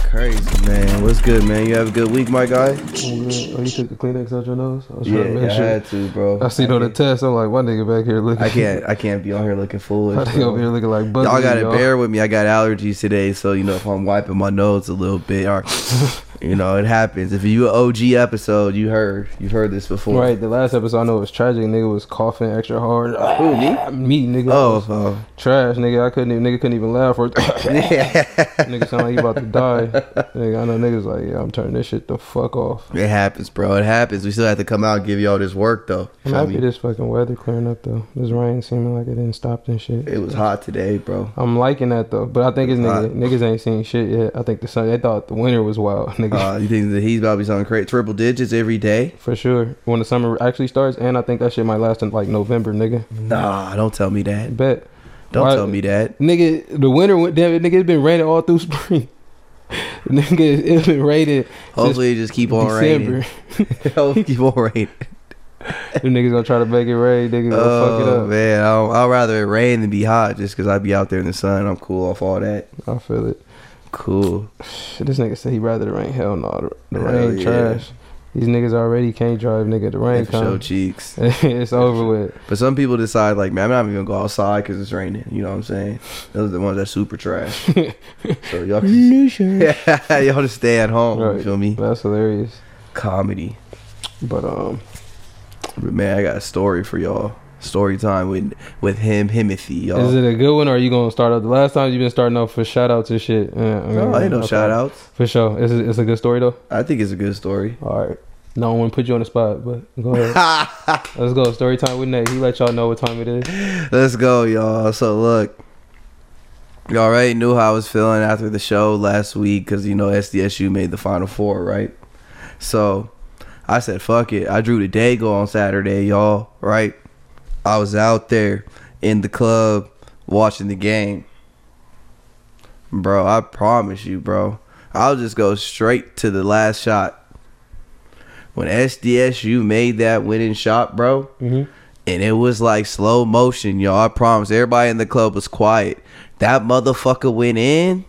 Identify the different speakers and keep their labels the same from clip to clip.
Speaker 1: Crazy man, what's good, man? You have a good week, my guy.
Speaker 2: Oh, man. Oh, you took the Kleenex out your nose? I was
Speaker 1: Yeah,
Speaker 2: trying to
Speaker 1: I
Speaker 2: make sure.
Speaker 1: had to, bro.
Speaker 2: I seen on the
Speaker 1: can't-
Speaker 2: test, I'm like, my nigga back here looking.
Speaker 1: I can't. I can't be on here looking
Speaker 2: I
Speaker 1: foolish.
Speaker 2: think
Speaker 1: bro.
Speaker 2: over here looking like Buzz.
Speaker 1: Y'all gotta bear with me. I got allergies today, so you know if I'm wiping my nose a little bit, or, you know it happens. If you an OG episode, you heard you heard this before,
Speaker 2: Right, the last episode I know it was tragic. Nigga was coughing extra hard. Ah,
Speaker 1: Who, me?
Speaker 2: Me, nigga.
Speaker 1: Oh, oh.
Speaker 2: trash, nigga. I couldn't even. Nigga couldn't even laugh. Or
Speaker 1: it
Speaker 2: nigga sound like he about to die. nigga, I know niggas like, yeah, I'm turning this shit the fuck off.
Speaker 1: happens, bro. It happens. We still have to come out and give y'all this work though.
Speaker 2: I'm
Speaker 1: Feel
Speaker 2: happy
Speaker 1: me?
Speaker 2: this fucking weather clearing up though. This rain seeming like it didn't stop and shit.
Speaker 1: It was hot today, bro.
Speaker 2: I'm liking that though, but I think it's
Speaker 1: Right.
Speaker 2: niggas, niggas ain't seen shit yet. I think the sun. They thought the winter was wild, nigga.
Speaker 1: Uh, you think that he's about to be something crazy? Triple digits every day?
Speaker 2: For sure. When the summer actually starts, and I think that shit might last in like November, nigga.
Speaker 1: Nah, don't tell me that.
Speaker 2: Bet.
Speaker 1: Don't
Speaker 2: Why-
Speaker 1: tell me that.
Speaker 2: Nigga, the winter went damn it, nigga, it's been raining all through spring. nigga, it's been raining
Speaker 1: Hopefully, it just keep on
Speaker 2: December.
Speaker 1: raining. Hopefully, keep on raining.
Speaker 2: Them niggas gonna try to make it rain, nigga gonna fuck it
Speaker 1: Oh
Speaker 2: up.
Speaker 1: man, I'll, I'd rather it rain than be hot just because I'd be out there in the sun. I'm cool off all that.
Speaker 2: I feel it.
Speaker 1: Cool.
Speaker 2: Shit, This nigga said he rather the rain. Hell no, the, the
Speaker 1: Hell
Speaker 2: rain
Speaker 1: yeah.
Speaker 2: trash. These niggas already can't drive, nigga. The rain
Speaker 1: And for show
Speaker 2: comes.
Speaker 1: cheeks.
Speaker 2: it's over with.
Speaker 1: But some people decide like, man, I'm not even gonna go outside because it's raining. You know what I'm saying? Those are the ones that super trash. so y'all, just,
Speaker 2: New shirt.
Speaker 1: y'all just stay at home. You
Speaker 2: Right.
Speaker 1: feel me?
Speaker 2: That's hilarious.
Speaker 1: Comedy.
Speaker 2: But um,
Speaker 1: But man, I got a story for y'all. Story time with with him, Himothy, y'all.
Speaker 2: Is it a good one or are you gonna start off? The last time you've been starting off for shout outs and shit. Yeah, I mean,
Speaker 1: Oh, ain't no
Speaker 2: okay.
Speaker 1: shout outs.
Speaker 2: For sure. It's a, it's a good story though.
Speaker 1: I think it's a good story.
Speaker 2: All right. No one put you on the spot, but go ahead. Let's go. Story time with Nate. He let y'all know what time it is.
Speaker 1: Let's go, y'all. So look, y'all already knew how I was feeling after the show last week because you know SDSU made the Final Four, right? So I said, "Fuck it." I drew the Dago on Saturday, y'all. Right? I was out there in the club watching the game, bro. I promise you, bro. I'll just go straight to the last shot. When SDSU made that winning shot, bro,
Speaker 2: Mm-hmm.
Speaker 1: and it was like slow motion, y'all. I promise. Everybody in the club was quiet. That motherfucker went in.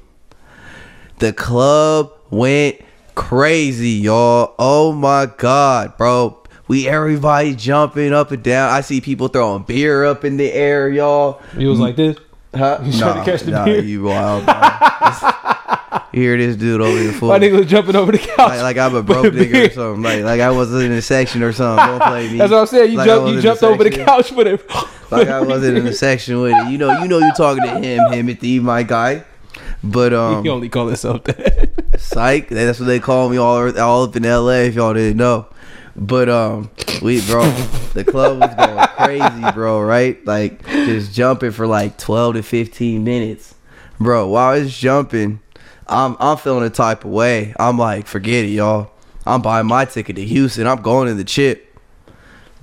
Speaker 1: The club went crazy, y'all. Oh my god, bro. We everybody jumping up and down. I see people throwing beer up in the air, y'all.
Speaker 2: You was like this.
Speaker 1: Mm. Huh?
Speaker 2: You trying to catch the beer?
Speaker 1: you wild. bro. you hear this dude over here? fool.
Speaker 2: My nigga was jumping over the couch.
Speaker 1: Like, like I'm a broke
Speaker 2: the
Speaker 1: nigga
Speaker 2: beer.
Speaker 1: or something. Like like I wasn't in a section or something. Don't play me.
Speaker 2: That's what I'm saying. You
Speaker 1: Like I
Speaker 2: jumped.
Speaker 1: wasn't in
Speaker 2: You
Speaker 1: a
Speaker 2: jumped over the
Speaker 1: section.
Speaker 2: couch for it.
Speaker 1: Like I wasn't in the section with it. You know, you know, you talking to him, him at the E, my guy. But
Speaker 2: he
Speaker 1: um,
Speaker 2: only called himself that.
Speaker 1: psych. That's what they call me all all up in L.A. If y'all didn't know. But um, we bro, the club was going crazy, bro. Right, like just jumping for like twelve to fifteen minutes, bro. While it's jumping, I'm I'm feeling the type of way. I'm like, forget it, y'all. I'm buying my ticket to Houston. I'm going in the chip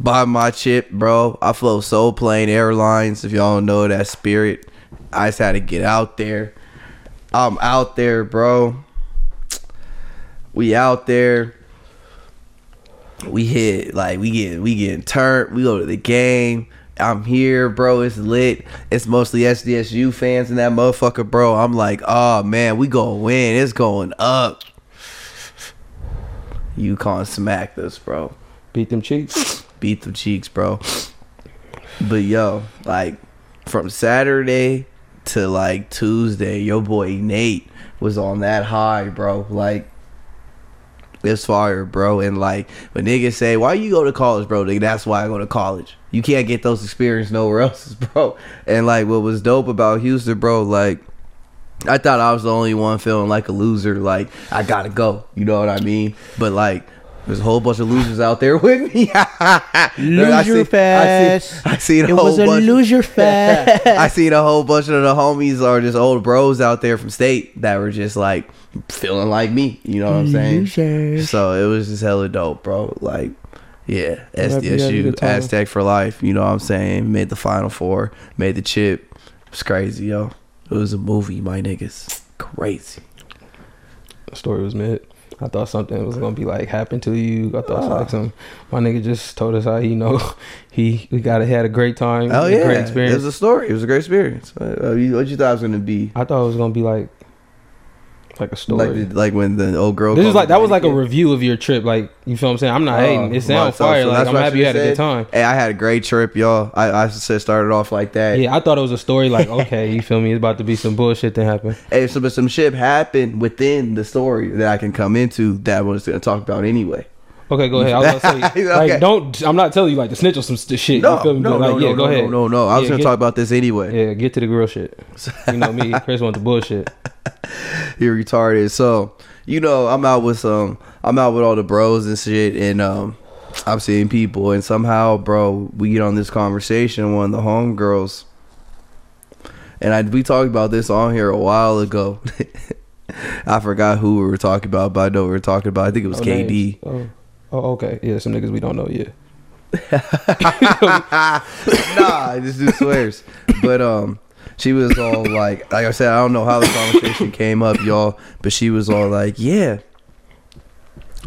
Speaker 1: buy my chip, bro. I flow Soul Plane Airlines. If y'all don't know that spirit, I just had to get out there. I'm out there, bro. We out there. We hit like we get we getting turned. We go to the game. I'm here, bro. It's lit. It's mostly SDSU fans in that motherfucker, bro. I'm like, oh man, we gonna win. It's going up. You can't smack this, bro
Speaker 2: Beat them cheeks.
Speaker 1: beat the cheeks, bro. But yo, like from Saturday to like Tuesday, your boy Nate was on that high, bro. Like it's fire, bro. And like when niggas say, "Why you go to college, bro?" Nigga, that's why I go to college. You can't get those experience nowhere else, bro. And like what was dope about Houston, bro, like. I thought I was the only one feeling like a loser. Like I gotta go. You know what I mean? But like, there's a whole bunch of losers out there with me. I
Speaker 2: Loser
Speaker 1: see-
Speaker 2: fest.
Speaker 1: I see, I seen a whole bunch.
Speaker 2: fest.
Speaker 1: I seen a whole bunch of the homies or just old bros out there from state that were just like feeling like me. You know what I'm saying?
Speaker 2: Losers.
Speaker 1: So it was just hella dope, bro. Like, yeah,
Speaker 2: glad you had a good
Speaker 1: SDSU,
Speaker 2: time.
Speaker 1: Aztec for life. You know what I'm saying? Made the final four, made the chip. It's crazy, yo. It was a movie, my niggas. Crazy.
Speaker 2: The story was mid. I thought something was gonna be like happen to you. I
Speaker 1: Ah.
Speaker 2: thought like some my nigga just told us how he know he we got he had a great time.
Speaker 1: Oh
Speaker 2: a
Speaker 1: yeah,
Speaker 2: great
Speaker 1: it was
Speaker 2: experience.
Speaker 1: a story. It was a great experience. Uh, uh, you- what you thought it was gonna be?
Speaker 2: I thought it was gonna be like like a story.
Speaker 1: Like, the, like when the old girl.
Speaker 2: this is
Speaker 1: called
Speaker 2: like
Speaker 1: me
Speaker 2: that was like
Speaker 1: back
Speaker 2: a
Speaker 1: in.
Speaker 2: review of your trip. Like you feel what I'm saying? I'm not hating. It
Speaker 1: Oh,
Speaker 2: sounds
Speaker 1: so- so
Speaker 2: fire. like
Speaker 1: that's
Speaker 2: I'm
Speaker 1: what I
Speaker 2: happy you had a
Speaker 1: should've
Speaker 2: good
Speaker 1: said?
Speaker 2: time.
Speaker 1: Hey, I had a great trip, y'all. I I said started off like that.
Speaker 2: Yeah, I thought it was a story. Like okay, you feel me? It's about to be some bullshit that happened.
Speaker 1: Hey, so but some shit happened within the story that I can come into that I was gonna talk about anyway.
Speaker 2: Okay, go ahead. I was gonna say,
Speaker 1: Okay.
Speaker 2: like, don't. I'm not telling you like to snitch on some st- shit.
Speaker 1: No,
Speaker 2: you feel me?
Speaker 1: no,
Speaker 2: But, like,
Speaker 1: no,
Speaker 2: yeah,
Speaker 1: no,
Speaker 2: go
Speaker 1: no,
Speaker 2: ahead.
Speaker 1: no, no, no. I was
Speaker 2: Yeah,
Speaker 1: gonna
Speaker 2: get-
Speaker 1: talk about this anyway.
Speaker 2: Yeah, get to the real shit. You know me, Chris wants the bullshit.
Speaker 1: You're retarded. So you know, I'm out with some. I'm out with all the bros and shit, and um, I'm seeing people, and somehow, bro, we get on this conversation with one of the homegirls, and I we talked about this on here a while ago. I forgot who we were talking about, but I know we were talking about. I think it was
Speaker 2: No
Speaker 1: KD.
Speaker 2: names. Oh. oh, okay. Yeah, some niggas we don't know. Yeah.
Speaker 1: nah, this dude swears. But um, she was all like, like I said, I don't know how the conversation came up, y'all. But she was all like, yeah,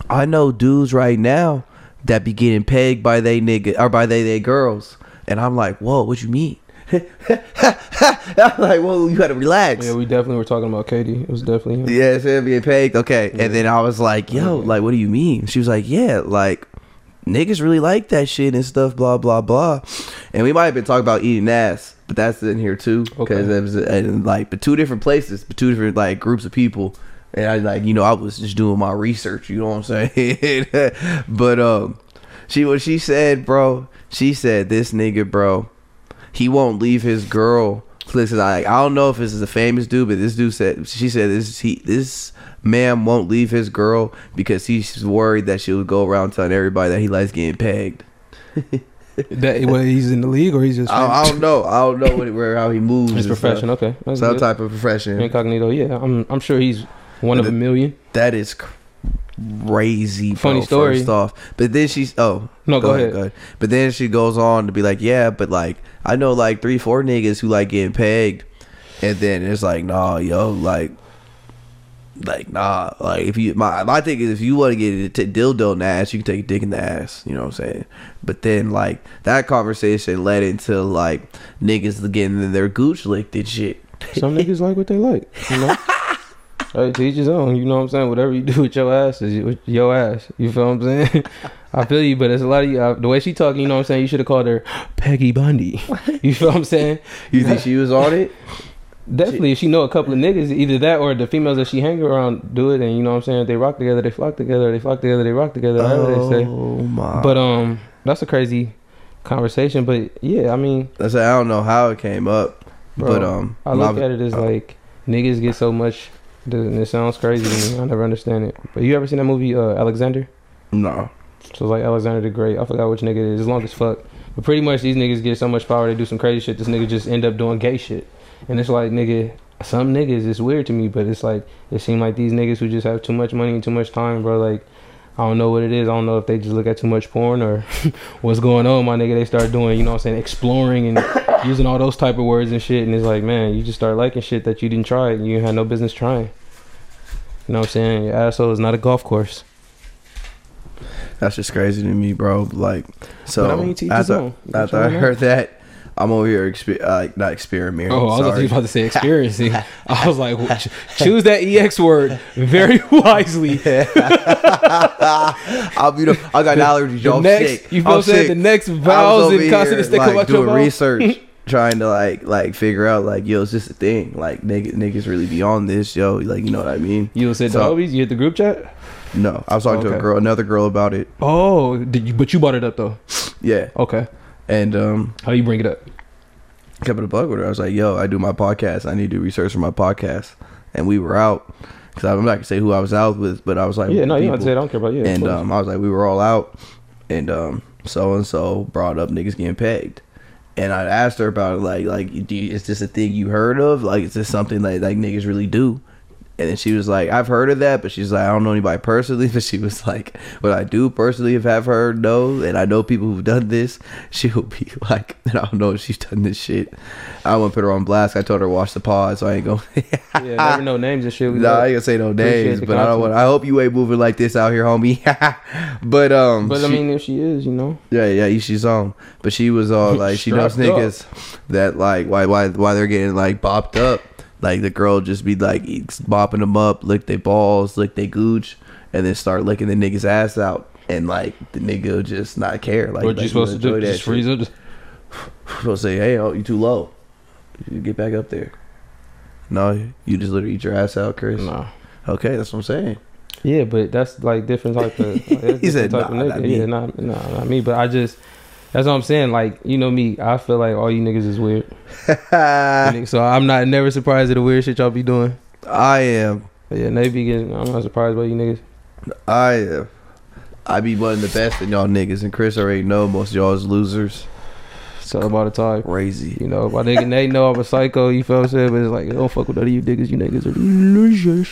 Speaker 1: I know dudes right now that be getting pegged by they nigga or by they they girls, and I'm like, whoa, what you mean? I'm like, whoa, you gotta relax.
Speaker 2: Yeah, we definitely were talking about Katie. It was definitely him.
Speaker 1: Yeah, so being pegged. Okay. And then I was like, yo,
Speaker 2: Yeah.
Speaker 1: like, what do you mean? She was like, yeah, like, niggas really like that shit and stuff, blah, blah, blah. And we might have been talking about eating ass, but that's in here too.
Speaker 2: Okay.
Speaker 1: Because it was and, like, but two different places, but two different, like, groups of people. And I, like, you know, I was just doing my research, you know what I'm saying? but, um, she, what she said, bro, she said, this nigga, bro, he won't leave his girl. Listen, I I don't know if this is a famous dude, but this dude said she said this he this man won't leave his girl because he's worried that she would go around telling everybody that he likes getting pegged.
Speaker 2: That, well, he's in the league or he's just
Speaker 1: I, I don't know. I don't know what, where how he moves.
Speaker 2: his
Speaker 1: and stuff.
Speaker 2: profession. Okay, that's
Speaker 1: some
Speaker 2: good.
Speaker 1: type of profession.
Speaker 2: incognito. Yeah, I'm. I'm sure he's one of a million.
Speaker 1: That is crazy. bro,
Speaker 2: Funny story.
Speaker 1: First off, but then she's oh
Speaker 2: No, go, ahead.
Speaker 1: But then she goes on to be like, yeah, but like I know like three, four niggas who like getting pegged, and then it's like, nah, yo, like, like nah, like if you my my thing is if you want to get a t- dildo in the ass, you can take a dick in the ass. You know what I'm saying? But then like that conversation led into like niggas getting their gooch licked and shit.
Speaker 2: Some niggas like what they like. You know. Hey, to each his own. You know what I'm saying. Whatever you do with your ass is with your ass. You feel what I'm saying? I feel you, but it's a lot of you. Uh, the way she talking, you know what I'm saying. You should have called her Peggy Bundy. You feel what I'm saying?
Speaker 1: You think she was on it?
Speaker 2: Definitely, if she know a couple of niggas, either that or the females that she hang around do it, and you know what I'm saying. If they rock together, they flock together. They flock together, they rock together. However they say.
Speaker 1: Oh my!
Speaker 2: But um, that's a crazy conversation. But yeah, I mean,
Speaker 1: I said I don't know how it came up,
Speaker 2: Bro,
Speaker 1: but um,
Speaker 2: I look
Speaker 1: my-
Speaker 2: at it as like niggas get so much. And it sounds crazy to me. I never understand it. But you ever seen that movie uh, Alexander?
Speaker 1: no.
Speaker 2: So it's like Alexander the Great. I forgot which nigga it is. It's long as fuck. But pretty much these niggas get so much power they do some crazy shit. This nigga just end up doing gay shit. And it's like nigga, some niggas it's weird to me, but it's like it seems like these niggas who just have too much money and too much time, bro. Like I don't know what it is. I don't know if they just look at too much porn or what's going on, my nigga. They start doing, you know what I'm saying, exploring and using all those type of words and shit. And it's like, man, you just start liking shit that you didn't try and you had no business trying. You know what I'm saying? Your asshole is not a golf course.
Speaker 1: That's just crazy to me, bro. Like, so
Speaker 2: But I mean, to each his
Speaker 1: after,
Speaker 2: own. You
Speaker 1: after
Speaker 2: know
Speaker 1: I
Speaker 2: what I'm
Speaker 1: heard that, I'm over here exper- uh, not experimenting.
Speaker 2: Oh, I was
Speaker 1: sorry.
Speaker 2: actually about to say experiencing. I was like, "Wh- choose that ex word very wisely.
Speaker 1: I'm, you know, I got allergies.
Speaker 2: The
Speaker 1: y'all. I'm
Speaker 2: next,
Speaker 1: sick.
Speaker 2: you feel what
Speaker 1: I'm
Speaker 2: I'm saying? The
Speaker 1: sick.
Speaker 2: next
Speaker 1: I was
Speaker 2: vowels
Speaker 1: over
Speaker 2: and consonants that come
Speaker 1: like,
Speaker 2: out your
Speaker 1: doing
Speaker 2: mouth.
Speaker 1: research, trying to like like figure out like yo, is this a thing? Like niggas, niggas really be on this, yo. Like you know what I mean?
Speaker 2: You said the
Speaker 1: So-
Speaker 2: Obies? You hit the group chat?
Speaker 1: No, I was talking to a
Speaker 2: Okay.
Speaker 1: girl, another girl about it.
Speaker 2: Oh, did you, but you brought it up though.
Speaker 1: Yeah,
Speaker 2: Okay,
Speaker 1: and um,
Speaker 2: how you bring it up?
Speaker 1: kept it a bug with her. I was like, yo, I do my podcast. I need to do research for my podcast. And we were out because I'm not gonna say who I was out with, but I was like,
Speaker 2: yeah,
Speaker 1: with
Speaker 2: no, you don't have
Speaker 1: people.
Speaker 2: to say. it. I don't care about you.
Speaker 1: and um, I was like, we were all out, and um, so and so brought up niggas getting pegged, and I asked her about it, like, like, do you, is this a thing you heard of? Like, is this something that like niggas really do? And then she was like, I've heard of that, but she's like, I don't know anybody personally. But she was like, what I do personally have have heard no, and I know people who've done this. She will be like, I don't know if she's done this shit. I want to put her on blast. I told her watch the pod, so I ain't going.
Speaker 2: yeah, never know names and shit. We
Speaker 1: um, Nah, I
Speaker 2: love-
Speaker 1: ain't gonna say no
Speaker 2: Appreciate
Speaker 1: names,
Speaker 2: the
Speaker 1: but I don't
Speaker 2: content.
Speaker 1: want. I hope you ain't moving like this out here, homie. but um,
Speaker 2: but I
Speaker 1: she-
Speaker 2: mean, if she is, you know,
Speaker 1: yeah, yeah, she's on. But she was all like, she knows
Speaker 2: Strapped up.
Speaker 1: niggas that like why why why they're getting like bopped up. Like the girl just be like bopping them up, lick their balls, lick their gooch, and then start licking the nigga's ass out. And like the nigga will just not care. Like
Speaker 2: what
Speaker 1: like,
Speaker 2: you supposed to do?
Speaker 1: enjoy that
Speaker 2: Just
Speaker 1: shit.
Speaker 2: freeze up. Just-
Speaker 1: Supposed to say, hey, oh, you too low. You get back up there. No, you just literally eat your ass out, Chris.
Speaker 2: Nah.
Speaker 1: Okay, that's what I'm saying.
Speaker 2: Yeah, but that's like different type of. Like, that's
Speaker 1: He said,
Speaker 2: different type
Speaker 1: "Nah,
Speaker 2: of
Speaker 1: not
Speaker 2: nigga.
Speaker 1: me."
Speaker 2: Yeah, not, nah, not me. But I just. That's what I'm saying. Like you know me, I feel like all you niggas is weird.
Speaker 1: Ah.
Speaker 2: so I'm not never surprised at the weird shit y'all be doing.
Speaker 1: I am.
Speaker 2: But yeah, and they be getting. I'm not surprised by you niggas.
Speaker 1: I am. I be one of the best in y'all niggas, and Chris already know most of y'all is losers.
Speaker 2: It's all about the time.
Speaker 1: Crazy.
Speaker 2: You know, my nigga, they know I'm a psycho. You feel what I'm saying? But it's like, don't fuck with none of you niggas. You niggas are losers.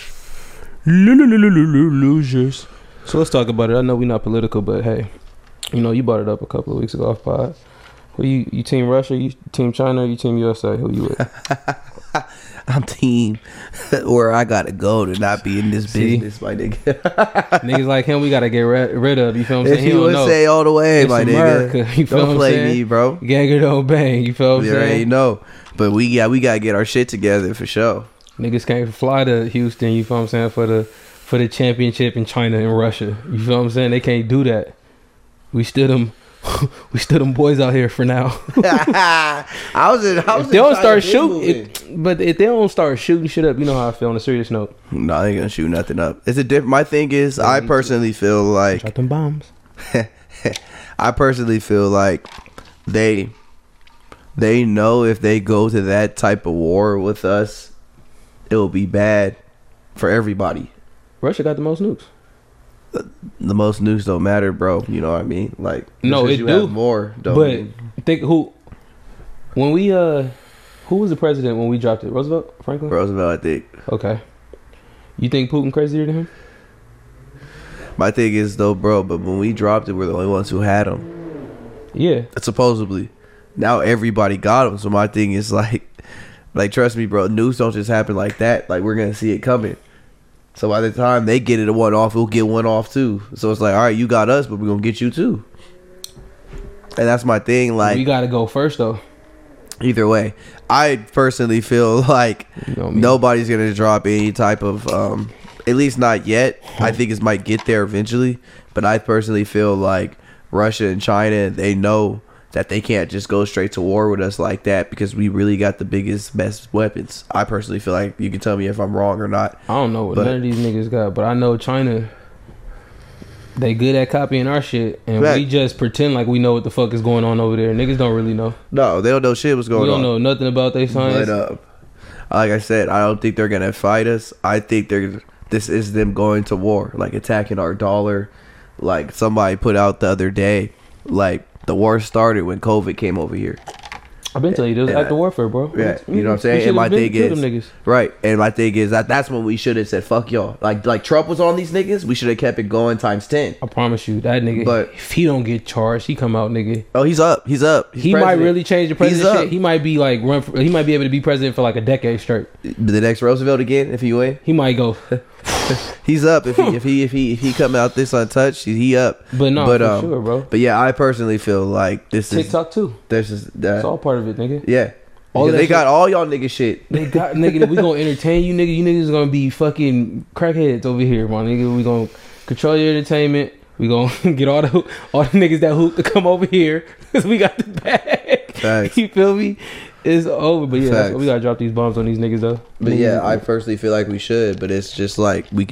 Speaker 2: Losers. So let's talk about it. I know we're not political, but hey, you know, you brought it up a couple of weeks ago off pod. Who you, you team Russia, you team China, or you team USA? Who you with?
Speaker 1: I'm team where I gotta go to not be in this
Speaker 2: See?
Speaker 1: business, my nigga.
Speaker 2: niggas like him, we gotta get rid, rid of. You feel what I'm
Speaker 1: If
Speaker 2: saying? He
Speaker 1: you
Speaker 2: don't
Speaker 1: would
Speaker 2: know.
Speaker 1: say all the way,
Speaker 2: It's
Speaker 1: my
Speaker 2: America.
Speaker 1: nigga.
Speaker 2: You feel what
Speaker 1: Don't
Speaker 2: I'm
Speaker 1: play
Speaker 2: saying?
Speaker 1: me, bro.
Speaker 2: Gagger don't bang. You feel what I'm
Speaker 1: You already
Speaker 2: saying?
Speaker 1: know. But we got we gotta get our shit together for sure.
Speaker 2: Niggas can't fly to Houston. You feel what I'm saying for the for the championship in China and Russia. You feel what I'm saying? They can't do that. We stood them. we stood them boys out here for now.
Speaker 1: I was in. I was
Speaker 2: If they don't
Speaker 1: inside
Speaker 2: start
Speaker 1: the
Speaker 2: shooting,
Speaker 1: movie.
Speaker 2: if- but if they don't start shooting shit up, you know how I feel. On a serious note,
Speaker 1: no, I ain't gonna shoot nothing up. It's a different. My thing is, I personally feel like
Speaker 2: drop them bombs.
Speaker 1: I personally feel like they they know if they go to that type of war with us, it will be bad for everybody.
Speaker 2: Russia got the most nukes.
Speaker 1: The most news don't matter, bro. You know what I mean? Like
Speaker 2: No,
Speaker 1: because
Speaker 2: it
Speaker 1: you have
Speaker 2: do,
Speaker 1: more. Don't
Speaker 2: but
Speaker 1: mean-
Speaker 2: think who when we uh who was the president when we dropped it? Roosevelt, Franklin.
Speaker 1: Roosevelt, I think.
Speaker 2: Okay. You think Putin crazier than him?
Speaker 1: My thing is though, bro. But when we dropped it, we're the only ones who had them.
Speaker 2: Yeah.
Speaker 1: supposedly. Now everybody got them. So my thing is like, like trust me, bro. News don't just happen like that. Like we're gonna see it coming. So by the time they get it a one off, we'll get one off too. So it's like, all right, you got us, but we're gonna get you too. And that's my thing.
Speaker 2: we
Speaker 1: Like
Speaker 2: gotta go first though.
Speaker 1: either way, I personally feel like
Speaker 2: You know what I mean?
Speaker 1: nobody's gonna drop any type of, um, at least not yet. I think it might get there eventually, but I personally feel like Russia and China they know that they can't just go straight to war with us like that because we really got the biggest, best weapons. I personally feel like you can tell me if I'm wrong or not.
Speaker 2: I don't know what
Speaker 1: But-
Speaker 2: none of these niggas got, but I know China. They good at copying our shit, and we
Speaker 1: Right.
Speaker 2: just pretend like we know what the fuck is going on over there. Niggas don't really know.
Speaker 1: No, they don't know shit was
Speaker 2: we
Speaker 1: going
Speaker 2: don't
Speaker 1: on.
Speaker 2: know nothing about their science.
Speaker 1: But uh, like I said, I don't think they're gonna fight us. I think they're this is them going to war, like attacking our dollar. Like somebody put out the other day, like the war started when COVID came over here.
Speaker 2: I've been telling you, this
Speaker 1: and
Speaker 2: active
Speaker 1: I-
Speaker 2: warfare, bro.
Speaker 1: Yeah,
Speaker 2: Mm,
Speaker 1: you know what I'm
Speaker 2: we
Speaker 1: saying.
Speaker 2: should've
Speaker 1: And my
Speaker 2: been
Speaker 1: thing
Speaker 2: killed them
Speaker 1: is
Speaker 2: niggas.
Speaker 1: right, and my thing is that that's when we should have said fuck y'all. Like like Trump was on these niggas, we should have kept it going times ten.
Speaker 2: I promise you, that nigga.
Speaker 1: But-
Speaker 2: if he don't get charged, he come out, nigga.
Speaker 1: Oh, he's up, he's up. He's
Speaker 2: He might
Speaker 1: president.
Speaker 2: really change the
Speaker 1: He's
Speaker 2: president.
Speaker 1: up.
Speaker 2: Shit. He might be like run. For, he might be able to be president for like a decade straight.
Speaker 1: the next Roosevelt again if he win.
Speaker 2: He might go,
Speaker 1: He's up if he if he if he if he come out this untouched, he- he up.
Speaker 2: but no,
Speaker 1: But,
Speaker 2: for
Speaker 1: um,
Speaker 2: sure, bro.
Speaker 1: But yeah, I personally feel like this is
Speaker 2: TikTok too.
Speaker 1: There's just
Speaker 2: It's
Speaker 1: uh,
Speaker 2: all part of it, nigga.
Speaker 1: yeah.
Speaker 2: All
Speaker 1: Because
Speaker 2: that
Speaker 1: they
Speaker 2: shit-
Speaker 1: got all y'all nigga shit.
Speaker 2: They got nigga. We gonna entertain you, nigga. You niggas gonna be fucking crackheads over here, my nigga. We gonna control your entertainment. We gonna get all the all the niggas that hoop to come over here because we got the bag.
Speaker 1: Facts.
Speaker 2: You feel me? It's over. But yeah, that's
Speaker 1: Facts.
Speaker 2: what we gotta drop these bombs on these niggas though.
Speaker 1: But yeah, I personally feel like we should, but it's just like we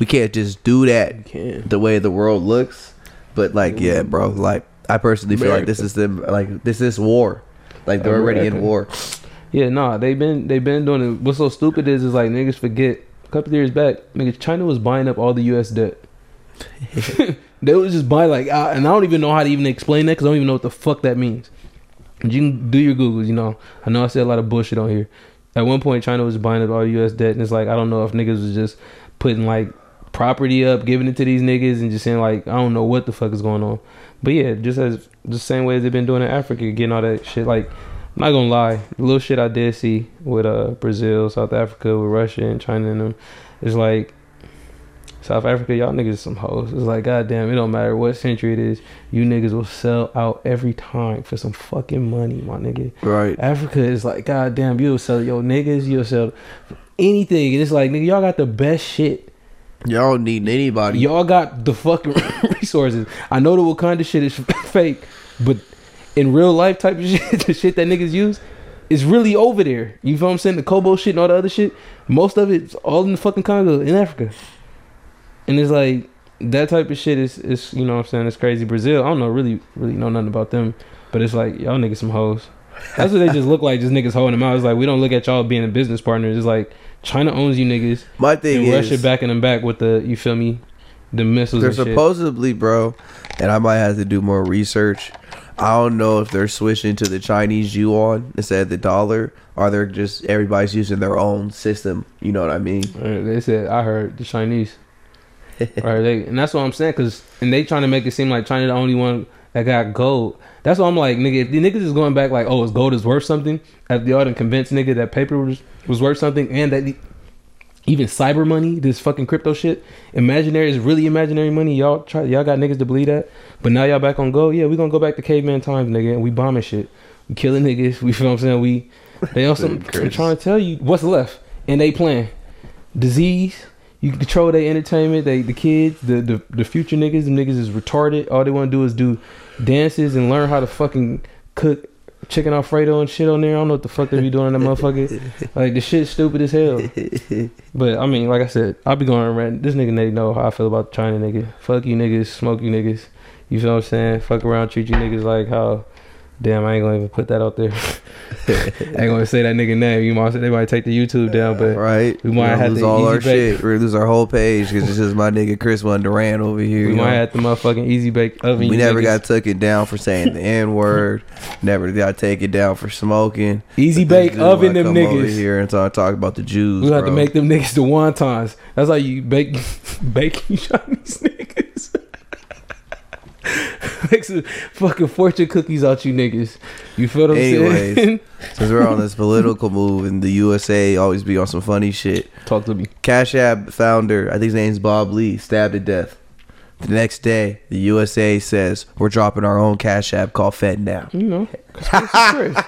Speaker 1: we can't just do that
Speaker 2: can.
Speaker 1: the way the world looks. But like yeah, bro, like I personally feel like
Speaker 2: America.
Speaker 1: this is them like this is war. Like they're already in
Speaker 2: America.
Speaker 1: war.
Speaker 2: Yeah, nah. They been they been doing it. What's so stupid is is like niggas forget. A couple years back, niggas China was buying up all the U.S. debt. they was just buy like, I, and I don't even know how to even explain that because I don't even know what the fuck that means. But you can do your googles. You know, I know I said a lot of bullshit on here. At one point, China was buying up all the U.S. debt, and it's like I don't know if niggas was just putting like property up, giving it to these niggas, and just saying like I don't know what the fuck is going on. But yeah, just as the same way as they've been doing in Africa, getting all that shit. Like I'm not gonna lie, the little shit I did see with uh Brazil, South Africa, with Russia and China and them, it's like South Africa, y'all niggas some hoes. It's like, goddamn, it don't matter what century it is, you niggas will sell out every time for some fucking money, my nigga.
Speaker 1: Right.
Speaker 2: Africa is like, goddamn, you'll sell your niggas, you'll sell anything. And it's like, nigga, y'all got the best shit.
Speaker 1: Y'all don't need anybody.
Speaker 2: Y'all got the fucking resources. I know the Wakanda shit is fake, but in real life type of shit, the shit that niggas use is really over there. You feel what I'm saying? The Kobo shit and all the other shit, most of it's all in the fucking Congo, in Africa. And it's like that type of shit is is you know what I'm saying, it's crazy. Brazil, I don't know really really know nothing about them. But it's like y'all niggas some hoes. That's what they just look like, just niggas holding them out. It's like we don't look at y'all being a business partner. It's like China owns you niggas
Speaker 1: My thing
Speaker 2: and
Speaker 1: is,
Speaker 2: Russia backing them back with the you feel me, the missiles.
Speaker 1: they're
Speaker 2: and shit.
Speaker 1: supposedly, bro, and I might have to do more research. I don't know if they're switching to the Chinese yuan instead of the dollar, or they're just everybody's using their own system. You know what I mean?
Speaker 2: Uh, They said I heard the Chinese. right, they, and that's what I'm saying, cause and they trying to make it seem like China the only one that got gold. That's why I'm like, nigga, if the niggas is going back like, oh, is gold is worth something? If y'all done convinced nigga that paper was, was worth something, and that the- even cyber money, this fucking crypto shit, imaginary is really imaginary money. Y'all try, y'all got niggas to believe that, but now y'all back on gold. Yeah, we gonna go back to caveman times, nigga, and we bombing shit, we killing niggas. We feel what I'm saying? We they also I'm
Speaker 1: Chris.
Speaker 2: trying to tell you what's left, and they plan disease. You can control their entertainment, they the kids, the, the the future niggas, them niggas is retarded. All they want to do is do dances and learn how to fucking cook chicken alfredo and shit on there. I don't know what the fuck they be doing in that motherfucker. Like the shit's stupid as hell. But I mean, like I said, I'll be going around. This nigga nigga know how I feel about China nigga. Fuck you niggas, smoke you niggas. You feel what I'm saying? Fuck around, treat you niggas like how. Damn, I ain't gonna even put that out there. I ain't gonna say that nigga name. You might they might take the YouTube down, but
Speaker 1: Right?
Speaker 2: We might
Speaker 1: We're gonna
Speaker 2: have
Speaker 1: lose
Speaker 2: to
Speaker 1: all
Speaker 2: easy
Speaker 1: our
Speaker 2: back-
Speaker 1: shit. We're gonna lose our whole page because it's just my nigga Chris Von Duran over here.
Speaker 2: we
Speaker 1: you
Speaker 2: might
Speaker 1: know?
Speaker 2: have the motherfucking easy bake oven.
Speaker 1: we
Speaker 2: you
Speaker 1: never
Speaker 2: niggas.
Speaker 1: got took it down for saying the N word. Never got taken down for smoking.
Speaker 2: Easy
Speaker 1: But this
Speaker 2: bake
Speaker 1: dude
Speaker 2: oven
Speaker 1: wanna
Speaker 2: them
Speaker 1: come over
Speaker 2: niggas.
Speaker 1: here and start talking about the Jews.
Speaker 2: We have to
Speaker 1: bro.
Speaker 2: make them niggas the wontons. That's how you bake baking Chinese niggas. Make some fucking fortune cookies out you niggas. You feel what I'm saying?
Speaker 1: Anyways. since we're on this political move and the USA always be on some funny shit.
Speaker 2: Talk to me.
Speaker 1: Cash App founder, I think his name's Bob Lee, stabbed to death. The next day, the USA says we're dropping our own Cash App called FedNow.
Speaker 2: You know, Chris, Chris.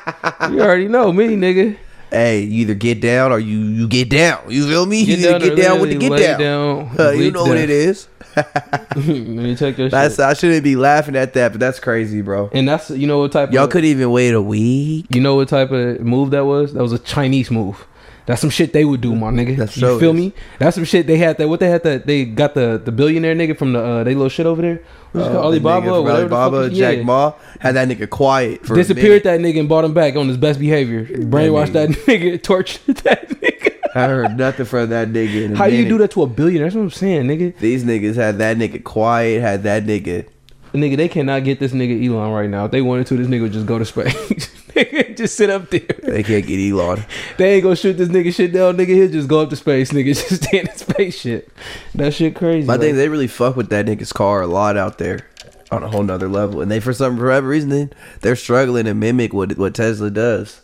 Speaker 2: you already know me, nigga.
Speaker 1: hey, you either get down or you you get down. You feel me? you either
Speaker 2: or
Speaker 1: get down with the
Speaker 2: literally
Speaker 1: get
Speaker 2: lay
Speaker 1: down. Uh, you
Speaker 2: bleach
Speaker 1: know what
Speaker 2: down.
Speaker 1: it is.
Speaker 2: Let me check your
Speaker 1: That's
Speaker 2: shit.
Speaker 1: I shouldn't be laughing at that, but that's crazy, bro.
Speaker 2: And that's you know what type
Speaker 1: Y'all
Speaker 2: of
Speaker 1: couldn't even wait a week.
Speaker 2: You know what type of move that was? That was a Chinese move. That's some shit they would do, my nigga.
Speaker 1: That's
Speaker 2: you
Speaker 1: so
Speaker 2: feel
Speaker 1: is.
Speaker 2: me? That's some shit they had. That what they had. That they got the the billionaire nigga from the uh, they little shit over there. What's it
Speaker 1: Uh,
Speaker 2: called?
Speaker 1: the nigga
Speaker 2: Alibaba,
Speaker 1: from
Speaker 2: or whatever.
Speaker 1: Alibaba,
Speaker 2: the fuck,
Speaker 1: Jack
Speaker 2: yeah.
Speaker 1: Ma had that nigga quiet for a
Speaker 2: disappeared
Speaker 1: minute.
Speaker 2: that nigga and bought him back on his best behavior. Brainwashed that nigga, tortured that nigga.
Speaker 1: I heard nothing from that nigga. In a
Speaker 2: How you
Speaker 1: minute.
Speaker 2: do that to a billionaire? That's what I'm saying, nigga.
Speaker 1: These niggas had that nigga quiet. Had that nigga.
Speaker 2: Nigga, they cannot get this nigga Elon right now. If they wanted to, this nigga would just go to space. Nigga, just sit up there.
Speaker 1: They can't get Elon.
Speaker 2: They ain't gonna shoot this nigga shit down, nigga. He'll just go up to space, nigga. Just stay in the space shit. That shit crazy.
Speaker 1: But I think
Speaker 2: like,
Speaker 1: they really fuck with that nigga's car a lot out there on a whole nother level. And they for some forever reason they- they're struggling to mimic what what Tesla does.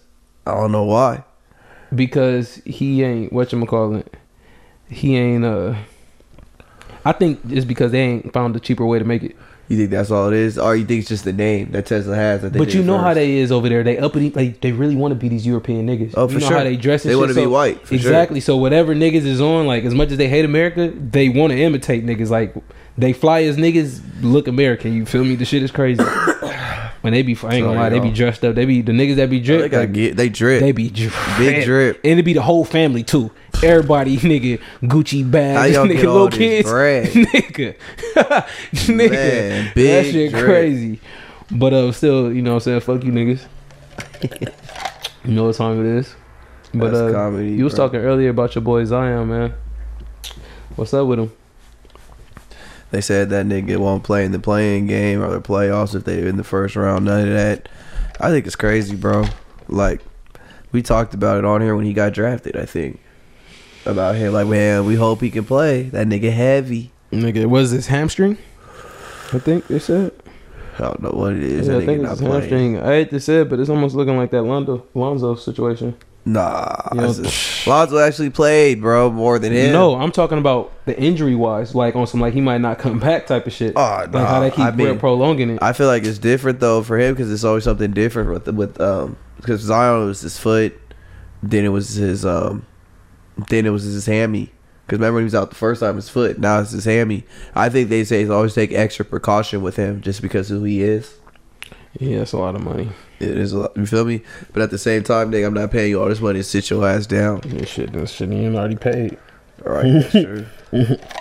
Speaker 1: I don't know why.
Speaker 2: because he ain't whatchamacallit. He ain't uh I think it's because they ain't found a cheaper way to make it.
Speaker 1: You think that's all it is, or you think it's just the name that Tesla has? That they
Speaker 2: But
Speaker 1: did
Speaker 2: you know how
Speaker 1: first?
Speaker 2: they is over there. They uppity like they really want to be these European niggas.
Speaker 1: Oh,
Speaker 2: you
Speaker 1: for
Speaker 2: know
Speaker 1: sure.
Speaker 2: how they dress and
Speaker 1: They
Speaker 2: shit.
Speaker 1: wanna be
Speaker 2: so-
Speaker 1: white, for sure.
Speaker 2: exactly. So whatever niggas is on, like as much as they hate America, they want to imitate niggas. Like they fly as niggas look American. You feel me? The shit is crazy. when they be, I ain't gonna lie, they be dressed up. They be the niggas that be
Speaker 1: Oh,
Speaker 2: drip.
Speaker 1: they got
Speaker 2: like,
Speaker 1: get they drip.
Speaker 2: They be drip.
Speaker 1: Big drip.
Speaker 2: And it be the whole family too. Everybody, nigga, Gucci bags,
Speaker 1: How y'all
Speaker 2: nigga,
Speaker 1: get all
Speaker 2: little
Speaker 1: this
Speaker 2: kids,
Speaker 1: bread?
Speaker 2: nigga, nigga.
Speaker 1: Man,
Speaker 2: that
Speaker 1: big
Speaker 2: shit
Speaker 1: drip.
Speaker 2: crazy. But uh, still, you know what I'm saying? Fuck you, niggas. you know what time it is. But
Speaker 1: That's
Speaker 2: uh,
Speaker 1: comedy,
Speaker 2: you was
Speaker 1: bro.
Speaker 2: talking earlier about your boy Zion, man. What's up with him?
Speaker 1: They said that nigga won't play in the playing game or the playoffs if they in the first round. None of that. I think it's crazy, bro. Like we talked about it on here when he got drafted. I think about him. Like man, we hope he can play. That nigga heavy.
Speaker 2: Nigga, was this hamstring? I think they said.
Speaker 1: I don't know what it is.
Speaker 2: Yeah,
Speaker 1: that
Speaker 2: I think
Speaker 1: nigga not
Speaker 2: it's
Speaker 1: playing.
Speaker 2: hamstring. I hate to say it, but it's almost looking like that Londo, Lonzo situation.
Speaker 1: Nah,
Speaker 2: You know,
Speaker 1: it's just- Lonzo actually played, bro, more than him.
Speaker 2: No, I'm talking about the injury wise, like on some like he might not come back type of shit.
Speaker 1: Oh,
Speaker 2: like
Speaker 1: nah,
Speaker 2: how they keep
Speaker 1: I mean-
Speaker 2: we're prolonging it.
Speaker 1: I feel like it's different though for him because it's always something different with with um because Zion was his foot, then it was his um, then it was his hammy. Because remember when he was out the first time, his foot. Now it's his hammy. I think they say it's always take extra precaution with him just because who he is.
Speaker 2: yeah, that's a lot of money.
Speaker 1: It is a lot. You feel me? But at the same time, nigga, I'm not paying you all this money to sit your ass down.
Speaker 2: This shit, this shit, you already paid.
Speaker 1: All right, that's true.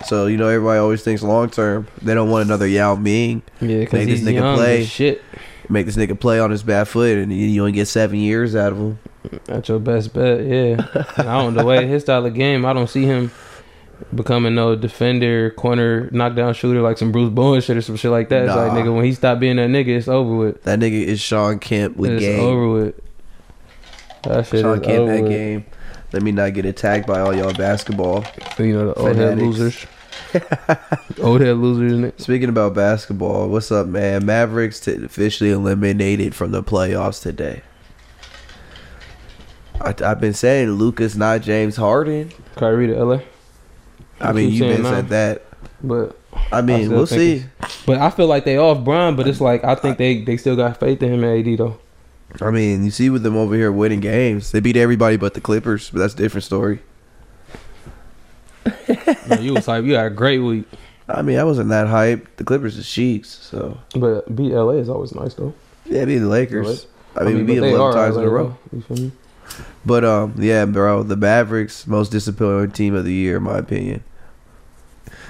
Speaker 1: So you know, everybody always thinks long term. They don't want another Yao Ming.
Speaker 2: Yeah, because
Speaker 1: Make this
Speaker 2: he's
Speaker 1: nigga
Speaker 2: young
Speaker 1: play.
Speaker 2: as shit.
Speaker 1: Make this nigga play on his bad foot, and you only get seven years out of him.
Speaker 2: That's your best bet, yeah. And I don't the way his style of game, I don't see him becoming no defender, corner, knockdown shooter like some Bruce Bowen shit or some shit like that. It's like
Speaker 1: Nah.
Speaker 2: nigga, when he stop being that nigga, it's over with.
Speaker 1: That nigga is Sean Kemp with
Speaker 2: it's
Speaker 1: game.
Speaker 2: over with. That shit
Speaker 1: Sean
Speaker 2: is
Speaker 1: Kemp
Speaker 2: over
Speaker 1: at
Speaker 2: with.
Speaker 1: game. Let me not get attacked by all y'all basketball.
Speaker 2: You know the old head
Speaker 1: Fanatics.
Speaker 2: losers. old head losers. nigga.
Speaker 1: Speaking about basketball, what's up, man? Mavericks t- officially eliminated from the playoffs today. I, I've been saying Luca's not James Harden.
Speaker 2: Kyrie to LA.
Speaker 1: I
Speaker 2: You
Speaker 1: mean,
Speaker 2: keep
Speaker 1: you've
Speaker 2: saying
Speaker 1: been
Speaker 2: that.
Speaker 1: said that.
Speaker 2: But
Speaker 1: I mean,
Speaker 2: still
Speaker 1: we'll
Speaker 2: think
Speaker 1: see.
Speaker 2: but I feel like they off Brian, but it's like I think they they still got faith in him and AD though.
Speaker 1: I mean, you see with them over here winning games. They beat everybody but the Clippers, but that's a different story.
Speaker 2: Man, you was like you had a great week,
Speaker 1: I mean, I wasn't that hyped. The Clippers is cheeks, so
Speaker 2: but beat LA is always nice though.
Speaker 1: yeah, beat the Lakers. I mean, we beat
Speaker 2: but
Speaker 1: them
Speaker 2: they
Speaker 1: 11
Speaker 2: are
Speaker 1: times in a
Speaker 2: LA,
Speaker 1: row.
Speaker 2: though. You feel me?
Speaker 1: But um, yeah, bro, the Mavericks most disappointing team of the year, in my opinion.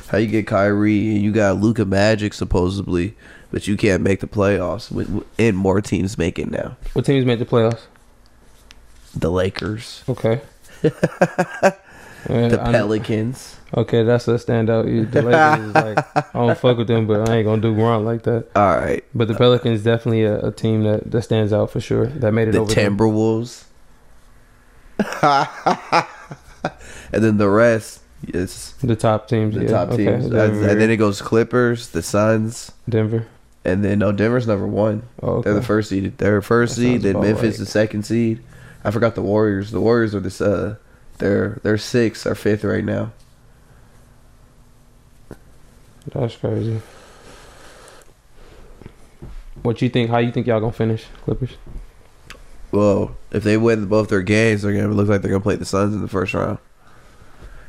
Speaker 1: How you get Kyrie and you got Luka Magic supposedly, but you can't make the playoffs, with- with- and more teams make it now.
Speaker 2: What teams made the playoffs?
Speaker 1: The Lakers,
Speaker 2: Okay. Yeah,
Speaker 1: the
Speaker 2: I-
Speaker 1: Pelicans.
Speaker 2: okay, that's a standout. You- The Lakers is like I don't fuck with them, but I ain't gonna do wrong like that.
Speaker 1: All right,
Speaker 2: But the Pelicans definitely a, a team that, that stands out for sure. That made it
Speaker 1: the
Speaker 2: over. them.
Speaker 1: Timberwolves, and then the rest. It's
Speaker 2: The top teams,
Speaker 1: the
Speaker 2: yeah.
Speaker 1: top
Speaker 2: okay.
Speaker 1: teams,
Speaker 2: Denver.
Speaker 1: and then it goes Clippers, the Suns,
Speaker 2: Denver.
Speaker 1: and then no, Denver's number one.
Speaker 2: Oh, okay.
Speaker 1: They're the first seed. They're first
Speaker 2: That
Speaker 1: seed.
Speaker 2: sounds
Speaker 1: Then
Speaker 2: about
Speaker 1: Memphis
Speaker 2: right.
Speaker 1: the second seed. I forgot the Warriors. The Warriors are this. Uh, they're they're sixth or fifth right now.
Speaker 2: That's crazy. What you think? How you think y'all gonna finish, Clippers?
Speaker 1: Well, if they win both their games, they're gonna look like they're gonna play the Suns in the first round.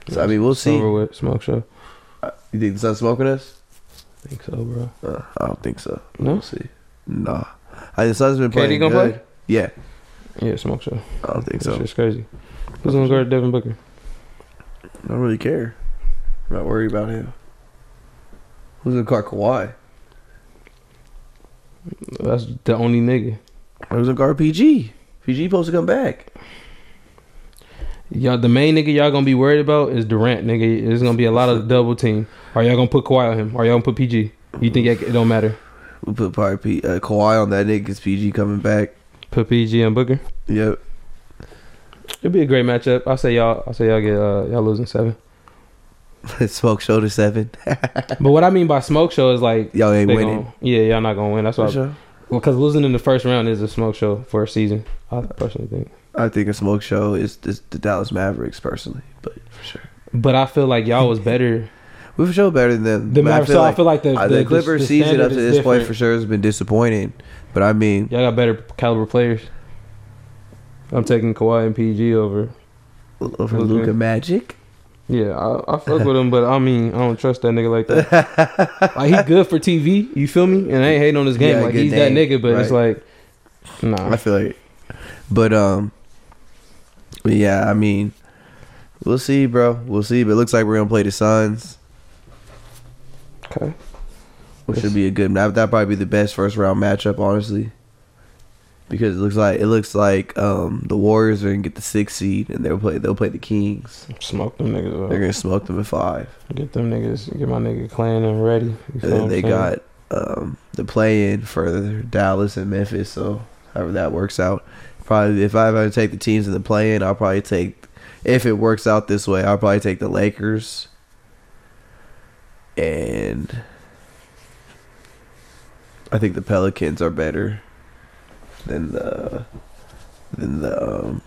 Speaker 1: So I mean, we'll
Speaker 2: It's over
Speaker 1: see. Uh,
Speaker 2: with smoke show.
Speaker 1: You think the Suns smoking us?
Speaker 2: I think so, bro.
Speaker 1: Uh, I don't think so.
Speaker 2: No,
Speaker 1: We'll see. Nah, I think the Suns been
Speaker 2: KD
Speaker 1: playing
Speaker 2: gonna
Speaker 1: good.
Speaker 2: play?
Speaker 1: Yeah,
Speaker 2: Yeah, smoke show.
Speaker 1: I don't think
Speaker 2: It's
Speaker 1: so.
Speaker 2: just crazy. Who's gonna guard Devin Booker?
Speaker 1: I don't really care. I'm not worried about him. Who's gonna guard Kawhi?
Speaker 2: That's the only nigga.
Speaker 1: Who's gonna guard PG? PG supposed to come back.
Speaker 2: Y'all, the main nigga y'all gonna be worried about is Durant, nigga. It's gonna be a lot of double team. Are y'all gonna put Kawhi on him? Are y'all gonna put PG? You think it it don't matter?
Speaker 1: We put probably P, uh, Kawhi on that nigga 'cause PG coming back.
Speaker 2: Put PG and Booker.
Speaker 1: Yep.
Speaker 2: It'd be a great matchup. I say y'all. I say y'all get uh, y'all losing seven.
Speaker 1: Smoke show to seven.
Speaker 2: But what I mean by smoke show is like
Speaker 1: Y'all ain't
Speaker 2: they
Speaker 1: winning.
Speaker 2: gon- yeah, y'all not gonna win. That's why.
Speaker 1: For sure.
Speaker 2: Well, because losing in the first round is a smoke show for a season. I personally think.
Speaker 1: I think a smoke show is, is the Dallas Mavericks personally, but for sure,
Speaker 2: But I feel like y'all was better.
Speaker 1: we for sure better than them.
Speaker 2: The
Speaker 1: But I
Speaker 2: Mavericks.
Speaker 1: feel
Speaker 2: So
Speaker 1: like,
Speaker 2: I feel like the,
Speaker 1: uh,
Speaker 2: the,
Speaker 1: the Clippers
Speaker 2: the
Speaker 1: season
Speaker 2: standard
Speaker 1: up to
Speaker 2: is
Speaker 1: this point
Speaker 2: different.
Speaker 1: for sure has been disappointing. But I mean,
Speaker 2: Y'all got better caliber players. I'm taking Kawhi and PG over.
Speaker 1: over
Speaker 2: Okay.
Speaker 1: Luca Magic,
Speaker 2: Yeah, I, I fuck with him, but I mean, I don't trust that nigga like that. like he good for TV, you feel me? And I ain't hating on his game.
Speaker 1: Yeah,
Speaker 2: like
Speaker 1: good
Speaker 2: he's that
Speaker 1: name,
Speaker 2: nigga, but it's like,
Speaker 1: I
Speaker 2: nah.
Speaker 1: feel like. But um, but yeah, I mean, we'll see, bro. We'll see. But it looks like we're gonna play the Suns,
Speaker 2: Okay.
Speaker 1: which
Speaker 2: Yes.
Speaker 1: should be a good. That that probably be the best first round matchup, honestly. Because it looks like it looks like um, the Warriors are gonna get the sixth seed, and they'll play they'll play the Kings.
Speaker 2: Smoke them niggas. Up.
Speaker 1: They're gonna smoke them at five.
Speaker 2: Get them niggas, get my nigga Clan and ready. You feel
Speaker 1: And
Speaker 2: what
Speaker 1: then
Speaker 2: I'm
Speaker 1: they
Speaker 2: saying?
Speaker 1: got um, the play in for Dallas and Memphis. So however that works out, probably if I had to take the teams in the play in, I'll probably take. If it works out this way, I'll probably take the Lakers. And I think the Pelicans are better than the than the um,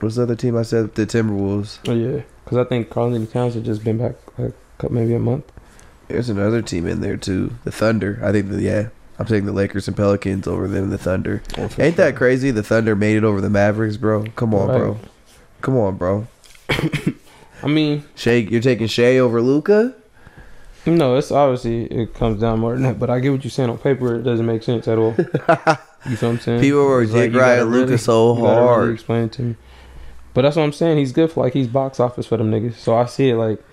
Speaker 1: What's the other team I said? The Timberwolves.
Speaker 2: Oh yeah, because I think Carl Anthony Towns had just been back like a couple- maybe a month.
Speaker 1: There's another team in there too. The Thunder. I think. The, yeah, I'm taking the Lakers and Pelicans over them. and The Thunder. Ain't that crazy? The Thunder made it over the Mavericks, bro. Come on,
Speaker 2: Right.
Speaker 1: bro. Come on, bro.
Speaker 2: I mean,
Speaker 1: Shea, you're taking Shea over Luca?
Speaker 2: no, it's obviously it comes down more than that. But I get what you're saying on paper. It doesn't make sense at all. you feel what I'm saying?
Speaker 1: People were
Speaker 2: Mm-hmm. It's like,
Speaker 1: dick
Speaker 2: you
Speaker 1: riding
Speaker 2: gotta
Speaker 1: Luca
Speaker 2: really-
Speaker 1: so
Speaker 2: you gotta really
Speaker 1: hard.
Speaker 2: explain it to me. But that's what I'm saying. He's good for like he's box office for them niggas. So I see it like,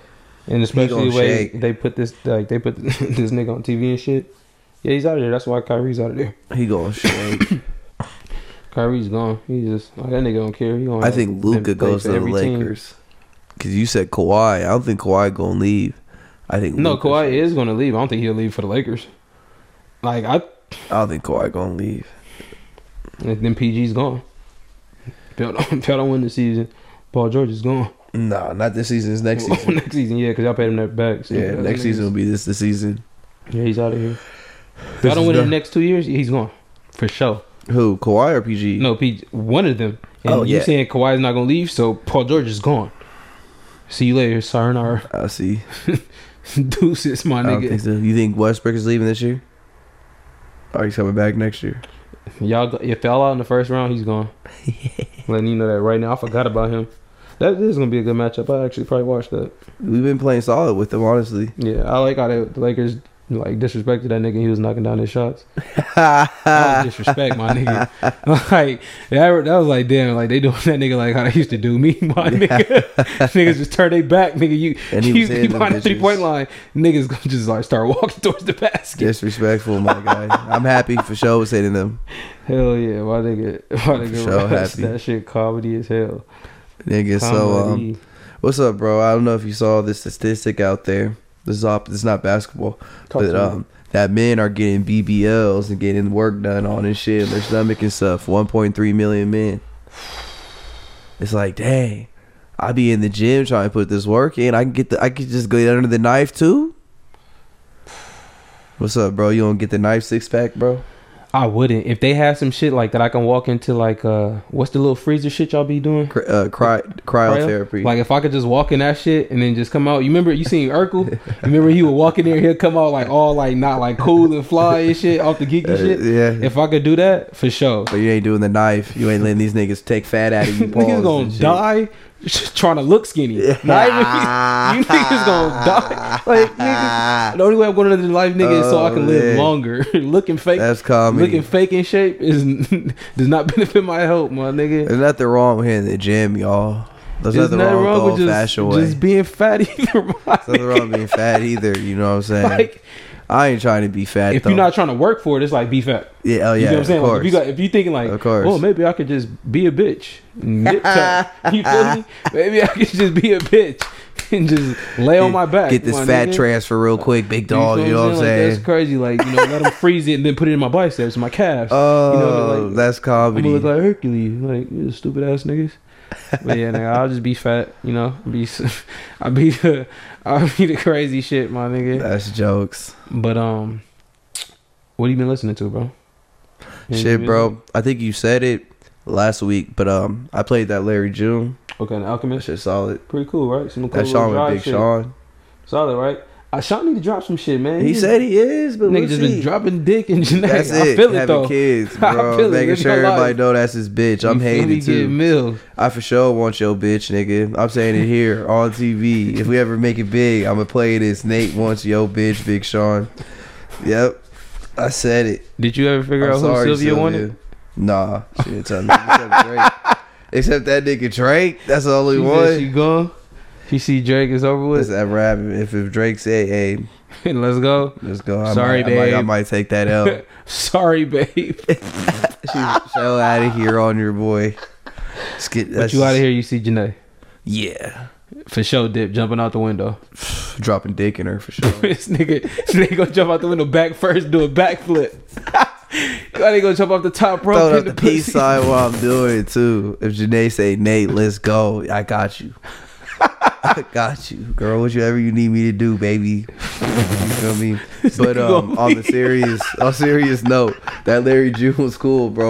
Speaker 2: and especially
Speaker 1: gonna
Speaker 2: the way
Speaker 1: shake.
Speaker 2: they put this like they put this nigga on TV and shit. Yeah, he's out of there. That's why Kyrie's out of there.
Speaker 1: He going shake.
Speaker 2: Kyrie's gone. He just like, that nigga don't care. He gonna,
Speaker 1: I think Luca
Speaker 2: play
Speaker 1: goes
Speaker 2: for
Speaker 1: to the
Speaker 2: every team.
Speaker 1: Lakers. Cause you said Kawhi. I don't think Kawhi gonna leave. I think
Speaker 2: No,
Speaker 1: Luka-
Speaker 2: Kawhi is gonna leave. I don't think he'll leave for the Lakers. Like I
Speaker 1: I don't think Kawhi gonna leave.
Speaker 2: then PG's gone. Pell don't, Pell don't win the season. Paul George is gone.
Speaker 1: Nah, not this season. It's next season.
Speaker 2: next season, yeah, because y'all paid him that back. so
Speaker 1: yeah,
Speaker 2: that's
Speaker 1: next
Speaker 2: niggas.
Speaker 1: season will be this the season.
Speaker 2: Yeah, he's out of here. If
Speaker 1: This
Speaker 2: y'all don't
Speaker 1: is
Speaker 2: win in
Speaker 1: the-
Speaker 2: the next two years, he's gone. For sure.
Speaker 1: Who Kawhi or PG?
Speaker 2: No, PG, one of them. And
Speaker 1: Oh,
Speaker 2: you
Speaker 1: yeah.
Speaker 2: saying Kawhi's not gonna leave, so Paul George is gone. See you later, sayonara.
Speaker 1: I see.
Speaker 2: Deuces, my
Speaker 1: I don't think
Speaker 2: nigga.
Speaker 1: so. You think Westbrook is leaving this year? Or he's coming back next year?
Speaker 2: Y'all, go- if y'all out in the first round, he's gone. Letting you know that right now. I forgot about him. That is gonna be a good matchup. I actually probably watched that.
Speaker 1: We've been playing solid with him, honestly.
Speaker 2: Yeah, I like how they, the Lakers like disrespected that nigga. He was knocking down his shots.
Speaker 1: Ah.
Speaker 2: That was disrespect, my nigga. Like that, that was like damn. Like they doing that nigga like how they used to do me, my nigga. Niggas just turn their back, nigga. You
Speaker 1: And he
Speaker 2: you,
Speaker 1: was
Speaker 2: you
Speaker 1: hitting them
Speaker 2: behind the
Speaker 1: bitches.
Speaker 2: three point line, niggas gonna just like start walking towards the basket.
Speaker 1: Disrespectful, my guy. I'm happy for sure was hitting them.
Speaker 2: Hell yeah, my nigga, my nigga.
Speaker 1: so
Speaker 2: Russ,
Speaker 1: happy.
Speaker 2: That shit comedy as hell.
Speaker 1: Nigga, so um,
Speaker 2: Comedy.
Speaker 1: what's up, bro? I don't know if you saw this statistic out there. This is op- this is not basketball, but
Speaker 2: Talk to me.
Speaker 1: um, that men are getting BBLs and getting work done on and shit, and their stomach and stuff. 1.3 million men. It's like, dang, I be in the gym trying to put this work in. I can get the, I could just get under the knife too. What's up, bro? You don't get the knife six pack, bro?
Speaker 2: I wouldn't if they have some shit like that. I can walk into like uh, what's the little freezer shit y'all be doing?
Speaker 1: Cry- uh, cry- cryotherapy.
Speaker 2: Like if I could just walk in that shit and then just come out. You remember you seen Urkel? You remember he would walk in there, he'll come out like all like not like cool and fly and shit off the
Speaker 1: Uh,
Speaker 2: geeky shit.
Speaker 1: yeah.
Speaker 2: If I could do that, for sure.
Speaker 1: But you ain't doing the knife. You ain't letting these niggas take fat out of you.
Speaker 2: Niggas gonna die trying to look skinny. Not even- you niggas gonna die. Like niggas, the only way I'm going to live life, nigga, is so I can
Speaker 1: Oh,
Speaker 2: live
Speaker 1: man.
Speaker 2: longer. looking fake,
Speaker 1: That's comedy.
Speaker 2: looking fake in shape is does not benefit my health, my nigga.
Speaker 1: There's nothing wrong with hitting the gym, y'all. There's,
Speaker 2: There's
Speaker 1: nothing, wrong, with the old
Speaker 2: just,
Speaker 1: fashioned way.
Speaker 2: just being fat either. my
Speaker 1: There's nothing
Speaker 2: nigga.
Speaker 1: wrong with being fat either. You know what I'm saying?
Speaker 2: Like
Speaker 1: I ain't trying to be fat.
Speaker 2: if
Speaker 1: though.
Speaker 2: you're not trying to work for it, it's like be fat.
Speaker 1: yeah, oh
Speaker 2: You
Speaker 1: yeah,
Speaker 2: know what I'm saying?
Speaker 1: of
Speaker 2: Like,
Speaker 1: course.
Speaker 2: if you got, if you thinking like,
Speaker 1: Of course.
Speaker 2: oh, maybe I could just be a bitch, nip tuck. you feel me? Maybe I could just be a bitch and just lay on my back.
Speaker 1: Get this
Speaker 2: my
Speaker 1: fat
Speaker 2: nigga.
Speaker 1: transfer real quick, big
Speaker 2: You feel
Speaker 1: dog. You, know what I'm
Speaker 2: Like,
Speaker 1: saying?
Speaker 2: that's crazy. Like you know, let them freeze it and then put it in my biceps, my calves.
Speaker 1: oh,
Speaker 2: you know, like,
Speaker 1: that's
Speaker 2: I'm
Speaker 1: comedy.
Speaker 2: gonna look like Hercules, like you stupid ass niggas. But yeah, nigga, I'll just be fat. You know, be s- I be the I be the crazy shit, my nigga.
Speaker 1: that's jokes.
Speaker 2: But um, what have you been listening to, bro?
Speaker 1: Shit, bro. I think you said it last week, but um, I played that Larry June.
Speaker 2: Okay, the
Speaker 1: That
Speaker 2: Alchemist,
Speaker 1: shit solid.
Speaker 2: pretty cool, right? Some cool
Speaker 1: That
Speaker 2: little
Speaker 1: Sean
Speaker 2: dry
Speaker 1: with Big
Speaker 2: shit.
Speaker 1: Sean.
Speaker 2: solid, right? I Sean need to drop some shit, man.
Speaker 1: He said he is, but
Speaker 2: nigga
Speaker 1: we'll
Speaker 2: just
Speaker 1: see.
Speaker 2: been dropping dick and shit.
Speaker 1: That's
Speaker 2: I
Speaker 1: it.
Speaker 2: feel it
Speaker 1: Having
Speaker 2: though.
Speaker 1: kids,
Speaker 2: I
Speaker 1: bro.
Speaker 2: feel it,
Speaker 1: Making
Speaker 2: live
Speaker 1: sure
Speaker 2: your life.
Speaker 1: everybody know that's his bitch. I'm
Speaker 2: You feel me?
Speaker 1: hated
Speaker 2: Get
Speaker 1: too.
Speaker 2: meals.
Speaker 1: I for sure want your bitch, nigga. I'm saying it here on TV. If we ever make it big, I'ma play this. Nate wants your bitch, Big Sean. Yep, I said it.
Speaker 2: Did you ever figure
Speaker 1: I'm
Speaker 2: out
Speaker 1: sorry,
Speaker 2: who Sylvia,
Speaker 1: Sylvia.
Speaker 2: wanted?
Speaker 1: Nah, she didn't tell me. Except Drake. Except that nigga Drake. That's the only
Speaker 2: She said she
Speaker 1: one.
Speaker 2: gone. She see Drake is over
Speaker 1: That's
Speaker 2: with.
Speaker 1: ever happened. If, if Drake say, "Hey,
Speaker 2: Let's go.
Speaker 1: let's go," I
Speaker 2: Sorry,
Speaker 1: might, I might, I
Speaker 2: babe.
Speaker 1: might take that out.
Speaker 2: Sorry, babe.
Speaker 1: She's so out of here on your boy. Let's get-
Speaker 2: but
Speaker 1: that's-
Speaker 2: you out of here. You see Janae
Speaker 1: Yeah.
Speaker 2: for sure. Dip jumping out the window.
Speaker 1: Dropping dick in her for sure.
Speaker 2: this nigga, this nigga gonna jump out the window back first, do a backflip. God, they gonna jump off the top rope.
Speaker 1: Throwing
Speaker 2: hit
Speaker 1: up the
Speaker 2: pussy.
Speaker 1: peace sign while I'm doing it too. If Janae say Nate, let's go. I got you. I got you, girl. Whatever you need me to do, baby. You feel me? But
Speaker 2: nigga
Speaker 1: um,
Speaker 2: gonna
Speaker 1: on the serious, on serious note, that Larry June was cool, bro.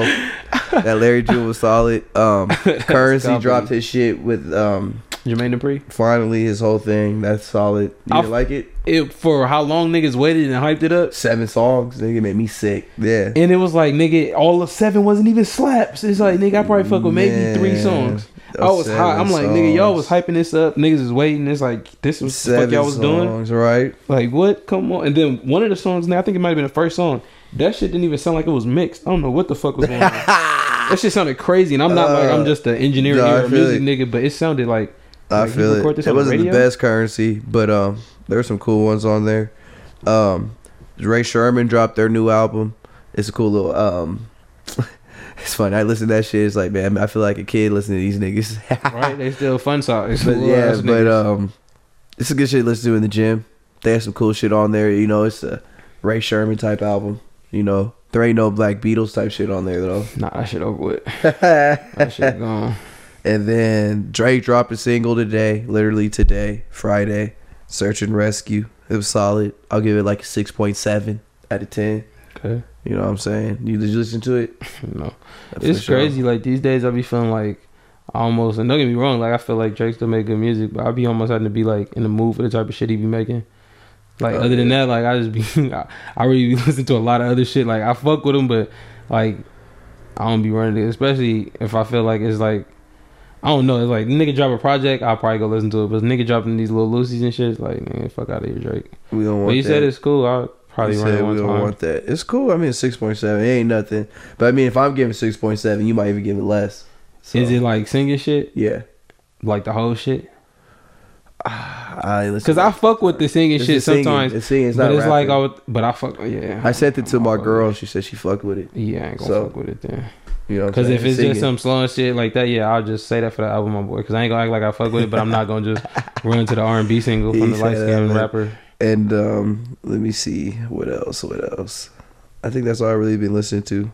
Speaker 1: That Larry June was solid. Um, currency
Speaker 2: compliment.
Speaker 1: dropped his shit with um,
Speaker 2: Jermaine Dupri.
Speaker 1: finally his whole thing. That's solid. You
Speaker 2: I'll-
Speaker 1: didn't like it?
Speaker 2: It for how long niggas waited and hyped it up,
Speaker 1: Seven songs, nigga, made me sick. Yeah.
Speaker 2: and it was like nigga, all of seven wasn't even slaps. It's like nigga, I probably fuck with maybe three
Speaker 1: Man,
Speaker 2: songs.
Speaker 1: those
Speaker 2: I was hot. I'm
Speaker 1: seven
Speaker 2: like nigga, y'all was
Speaker 1: songs.
Speaker 2: hyping this up. Niggas is waiting. It's like this was the fuck
Speaker 1: Seven
Speaker 2: y'all was doing.
Speaker 1: songs, right?
Speaker 2: Like what? Come on! And then one of the songs now, I think it might have been the first song. That shit didn't even sound like it was mixed. I don't know what the fuck was going on. that shit sounded crazy, and I'm not like I'm just an engineer
Speaker 1: Uh, nah,
Speaker 2: here,
Speaker 1: I
Speaker 2: a
Speaker 1: feel
Speaker 2: music nigga, but it sounded like
Speaker 1: I
Speaker 2: like, you
Speaker 1: feel
Speaker 2: record
Speaker 1: it.
Speaker 2: this
Speaker 1: It
Speaker 2: on the
Speaker 1: wasn't the
Speaker 2: radio?
Speaker 1: best currency, but um, there were some cool ones on there. Um, Ray Sherman dropped their new album. It's a cool little um. It's funny. I listen to that shit. It's like, man, I feel like a kid listening to these niggas.
Speaker 2: right. They still fun songs.
Speaker 1: but yeah, but um, it's a good shit. to Listen to in the gym. They have some cool shit on there. You know, it's a Ray Sherman type album. You know, there ain't no Black Beatles type shit on there though.
Speaker 2: nah, that shit over with. That shit gone.
Speaker 1: And then Drake dropped a single today, literally today, Friday, Search and Rescue. It was solid. I'll give it like a 6.7 out of 10.
Speaker 2: Okay,
Speaker 1: You know what I'm saying? You, did you listen to it?
Speaker 2: no,
Speaker 1: For
Speaker 2: it's
Speaker 1: sure.
Speaker 2: crazy. Like these days, I be feeling like almost. And don't get me wrong, like I feel like Drake still make good music, but I be almost having to be like in the mood for the type of shit he be making. Like
Speaker 1: Oh,
Speaker 2: other than that, like I just be, I, I really be listening to a lot of other shit. Like I fuck with him, but like I don't be running it, especially if I feel like it's like. I don't know. It's like nigga drop a project, I'll probably go listen to it. But nigga dropping these little Lucy's and shit, it's like nigga, fuck out of here, Drake.
Speaker 1: We don't want
Speaker 2: But you
Speaker 1: that.
Speaker 2: said it's cool. I'll probably
Speaker 1: You
Speaker 2: run
Speaker 1: said
Speaker 2: it
Speaker 1: we
Speaker 2: one
Speaker 1: don't
Speaker 2: time.
Speaker 1: want that. It's cool. I mean, 6.7. It ain't nothing. But I mean, if I'm giving 6.7, you might even give it less. So,
Speaker 2: Is it like singing shit,
Speaker 1: Yeah.
Speaker 2: like the whole shit?
Speaker 1: I listen
Speaker 2: Because
Speaker 1: to
Speaker 2: I
Speaker 1: it.
Speaker 2: fuck with the singing
Speaker 1: It's
Speaker 2: shit
Speaker 1: the singing.
Speaker 2: sometimes.
Speaker 1: It's singing. It's not
Speaker 2: but it's like I
Speaker 1: rapping.
Speaker 2: would, but I fuck yeah.
Speaker 1: I sent it to
Speaker 2: I'm
Speaker 1: my
Speaker 2: fuck-
Speaker 1: girl. She said she fucked with it.
Speaker 2: Yeah, I ain't gonna
Speaker 1: So-
Speaker 2: fuck with it then.
Speaker 1: You know what I'm
Speaker 2: Because
Speaker 1: saying?
Speaker 2: if it's
Speaker 1: Singing.
Speaker 2: just some slow shit like that, yeah, I'll just say that for the album, my boy. Because I ain't gonna act like I fuck with it, but I'm not gonna just run to the R and B single from
Speaker 1: He
Speaker 2: the
Speaker 1: said
Speaker 2: light skinned
Speaker 1: that, man.
Speaker 2: rapper.
Speaker 1: And um, let me see what else. What else? I think that's all I've really been listening to.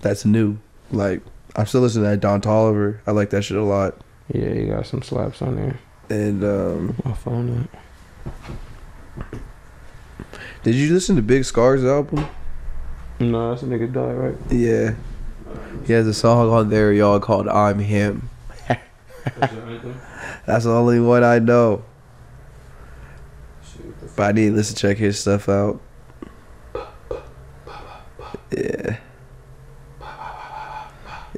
Speaker 1: That's new. Like I'm still listening to that Don Tolliver. I like that shit a lot.
Speaker 2: Yeah, you got some slaps on there.
Speaker 1: And um,
Speaker 2: My phone. up.
Speaker 1: did you listen to Big Scar's album?
Speaker 2: No, that's a nigga died right.
Speaker 1: Yeah, he has a song on there, y'all, called "I'm Him." That's the only one I know. But I need to listen check his stuff out. Yeah.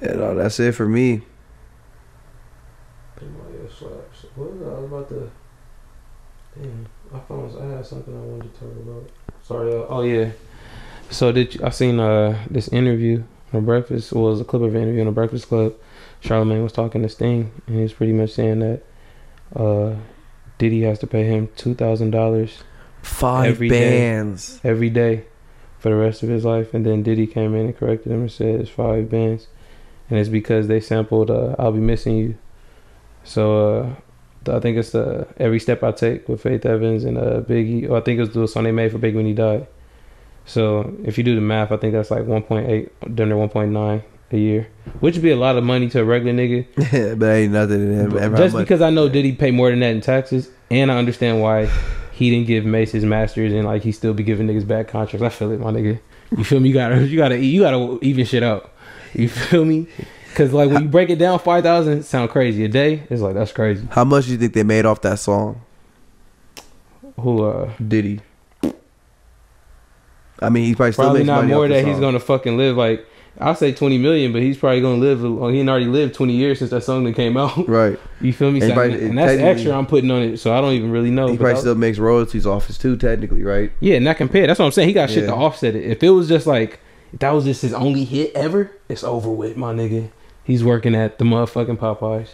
Speaker 1: Yeah, no, that's it for me.
Speaker 2: What was I, I was about to? Damn, my phone's. I had something I wanted to talk about. Sorry. Uh, oh yeah. So did you, I seen uh this interview on Breakfast? Well, it was a clip of an interview on the Breakfast Club. Charlamagne was talking to Sting, and he was pretty much saying that uh Diddy has to pay him two thousand dollars
Speaker 1: Five
Speaker 2: Every day.
Speaker 1: bands.
Speaker 2: every day for the rest of his life. And then Diddy came in and corrected him and said it's five bands, and it's because they sampled uh, "I'll Be Missing You." So uh, th- I think it's the "Every Step I Take" with Faith Evans and uh, Biggie. Or I think it was the song they made for Big when he died. So if you do the math, I think that's like 1.8, damn near 1.9 a year, which would be a lot of money to a regular nigga.
Speaker 1: but ain't nothing in him. Ever
Speaker 2: Just because I know Diddy pay more than that in taxes, and I understand why he didn't give Mace his masters, and like he still be giving niggas bad contracts. I feel it, my nigga. You feel me? You gotta, you gotta, you gotta even shit up. You feel me? Because like when you break it down, five thousand sound crazy a day. It's like that's crazy.
Speaker 1: How much do you think they made off that song?
Speaker 2: Who? uh
Speaker 1: Diddy. I mean, he probably still
Speaker 2: Probably
Speaker 1: makes
Speaker 2: not
Speaker 1: money
Speaker 2: more
Speaker 1: off the
Speaker 2: that
Speaker 1: song.
Speaker 2: he's gonna fucking live like. I say twenty million, but he's probably gonna live. Well, he ain't already lived twenty years since that song that came out.
Speaker 1: Right.
Speaker 2: You feel me? So,
Speaker 1: And probably-
Speaker 2: and that's
Speaker 1: technically-
Speaker 2: extra I'm putting on it, so I don't even really know.
Speaker 1: he
Speaker 2: Oh, but
Speaker 1: probably
Speaker 2: that-
Speaker 1: still makes royalties off his too, technically, right?
Speaker 2: Yeah, not compared. That's what I'm saying. He got shit
Speaker 1: Yeah.
Speaker 2: to offset it. If it was just like if that was just his only hit ever, it's over with, my nigga. He's working at the motherfucking Popeyes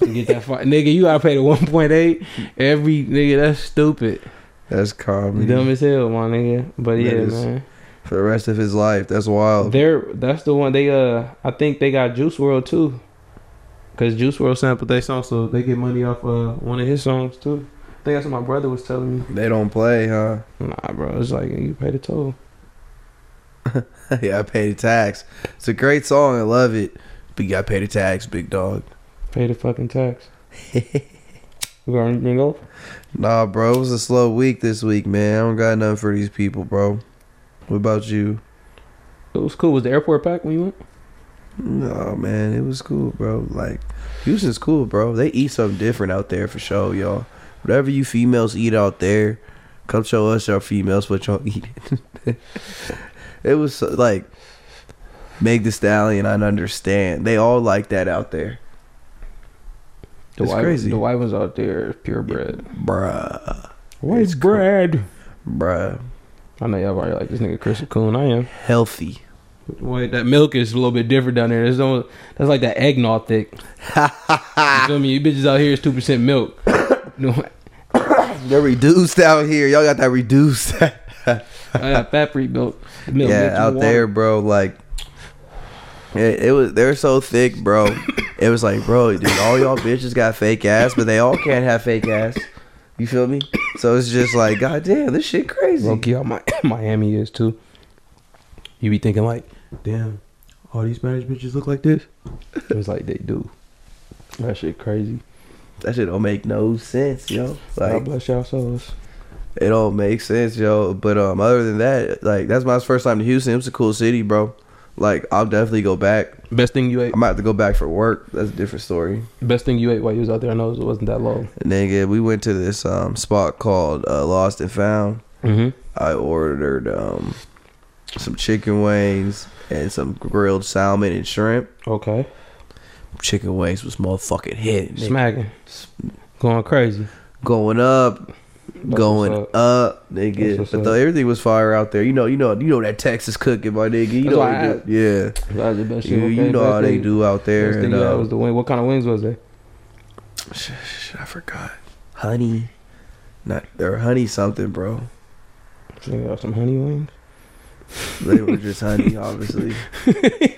Speaker 2: to get that far. nigga, you gotta pay the 1.8 every nigga. That's stupid.
Speaker 1: That's comedy.
Speaker 2: Dumb as hell, my nigga. But
Speaker 1: That
Speaker 2: yeah,
Speaker 1: is
Speaker 2: man.
Speaker 1: For the rest of his life. That's wild.
Speaker 2: They're that's the one they uh I think they got Juice World too. Cause Juice World sampled their song, so they get money off uh one of his songs too. I think that's what my brother was telling me.
Speaker 1: They don't play, huh?
Speaker 2: Nah, bro, it's like you pay the toll.
Speaker 1: yeah, I pay the tax. It's a great song. I love it. But you got to pay the tax, big dog.
Speaker 2: Pay the fucking tax. You got anything else?
Speaker 1: Nah, bro, it was a slow week this week, man. I don't got nothing for these people, bro. What about you?
Speaker 2: It was cool. Was the airport packed when you went?
Speaker 1: No, man, it was cool, bro. Like Houston's cool, bro. They eat something different out there for sure, y'all. Whatever you females eat out there, come show us y'all females what y'all eat. it was so- like Meg the Stallion. I understand. They all like that out there,
Speaker 2: The
Speaker 1: It's
Speaker 2: white,
Speaker 1: crazy.
Speaker 2: The white ones out there, is purebred.
Speaker 1: bruh,
Speaker 2: White
Speaker 1: It's cool.
Speaker 2: bread.
Speaker 1: bruh.
Speaker 2: I know y'all probably like this nigga Chris Coon. I am.
Speaker 1: Healthy.
Speaker 2: Wait, that milk is a little bit different down there. It's almost, that's like that eggnog thick. you feel me? You bitches out here is two percent milk. No,
Speaker 1: They're reduced out here. Y'all got that reduced.
Speaker 2: I got fat free milk. milk
Speaker 1: yeah, out there, bro. Like it, it was. They're so thick, bro. it was like, bro, dude, all y'all bitches got fake ass, but they all can't have fake ass. You feel me? So it's just like, goddamn, this shit crazy.
Speaker 2: Loki, how Mi- Miami is too. You be thinking like, damn, all these Spanish bitches look like this. It's like they do. That shit crazy.
Speaker 1: That shit don't make no sense, yo.
Speaker 2: God
Speaker 1: Like
Speaker 2: bless y'all souls.
Speaker 1: it don't make sense, yo. But um, other than that, like that's my first time to Houston. It was a cool city, bro. Like I'll definitely go back.
Speaker 2: Best thing you ate.
Speaker 1: I might have to go back for work. That's a different story.
Speaker 2: Best thing you ate while you was out there. I know it wasn't that long.
Speaker 1: Nigga, we went to this um spot called uh, Lost and Found.
Speaker 2: Mm-hmm.
Speaker 1: I ordered um some chicken wings and some grilled salmon and shrimp.
Speaker 2: Okay.
Speaker 1: Chicken wings was motherfucking hitting. nigga.
Speaker 2: Smacking. Going crazy.
Speaker 1: Going up.
Speaker 2: That's
Speaker 1: Going
Speaker 2: what's up.
Speaker 1: up,
Speaker 2: That's
Speaker 1: nigga.
Speaker 2: what's
Speaker 1: But
Speaker 2: up.
Speaker 1: though everything was fire out there. You know, you know, you know that Texas cooking, my nigga. You
Speaker 2: That's
Speaker 1: know,
Speaker 2: why
Speaker 1: they
Speaker 2: I
Speaker 1: do- yeah.
Speaker 2: That's the best shit.
Speaker 1: you, you
Speaker 2: Okay,
Speaker 1: know
Speaker 2: best
Speaker 1: how they
Speaker 2: thing-
Speaker 1: do out
Speaker 2: Best
Speaker 1: there.
Speaker 2: thing
Speaker 1: And,
Speaker 2: you had
Speaker 1: uh,
Speaker 2: was the wing. What kind of wings was they?
Speaker 1: sh- sh- I forgot. Honey, not or honey something, bro.
Speaker 2: This nigga got some honey wings.
Speaker 1: They were just honey, obviously.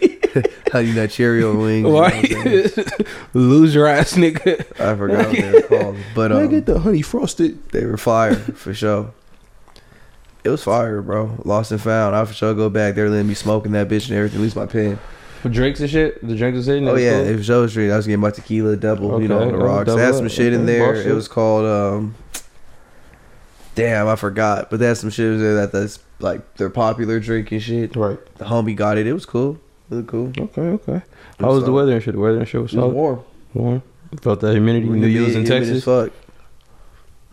Speaker 1: honey nut Cheerio wings. you know what I'm saying?
Speaker 2: Lose your ass, nigga.
Speaker 1: I forgot what they were called, but um,
Speaker 2: the honey frosted.
Speaker 1: They were fire for sure. It was fire, bro. Lost and found. I for sure go back there, letting me smoking that bitch and everything. At least my pen.
Speaker 2: For drinks and shit? The drinks and shit?
Speaker 1: Oh yeah, it was Joe Street. I was getting my tequila double, you know,
Speaker 2: Okay,
Speaker 1: on the
Speaker 2: double,
Speaker 1: rocks. They had
Speaker 2: double,
Speaker 1: some shit in
Speaker 2: okay,
Speaker 1: there.
Speaker 2: boss
Speaker 1: It
Speaker 2: shit.
Speaker 1: was called um. Damn, I forgot. But they had some shit in there that that's like their popular drink and shit.
Speaker 2: Right.
Speaker 1: The homie got it. It was cool. It was cool. It
Speaker 2: Okay, okay. How was the
Speaker 1: solid.
Speaker 2: weather and shit? The weather and shit was
Speaker 1: It was
Speaker 2: solid.
Speaker 1: warm.
Speaker 2: Warm. Felt that humidity.
Speaker 1: Humid-
Speaker 2: Knew you was in
Speaker 1: humid as
Speaker 2: Texas.
Speaker 1: Fuck.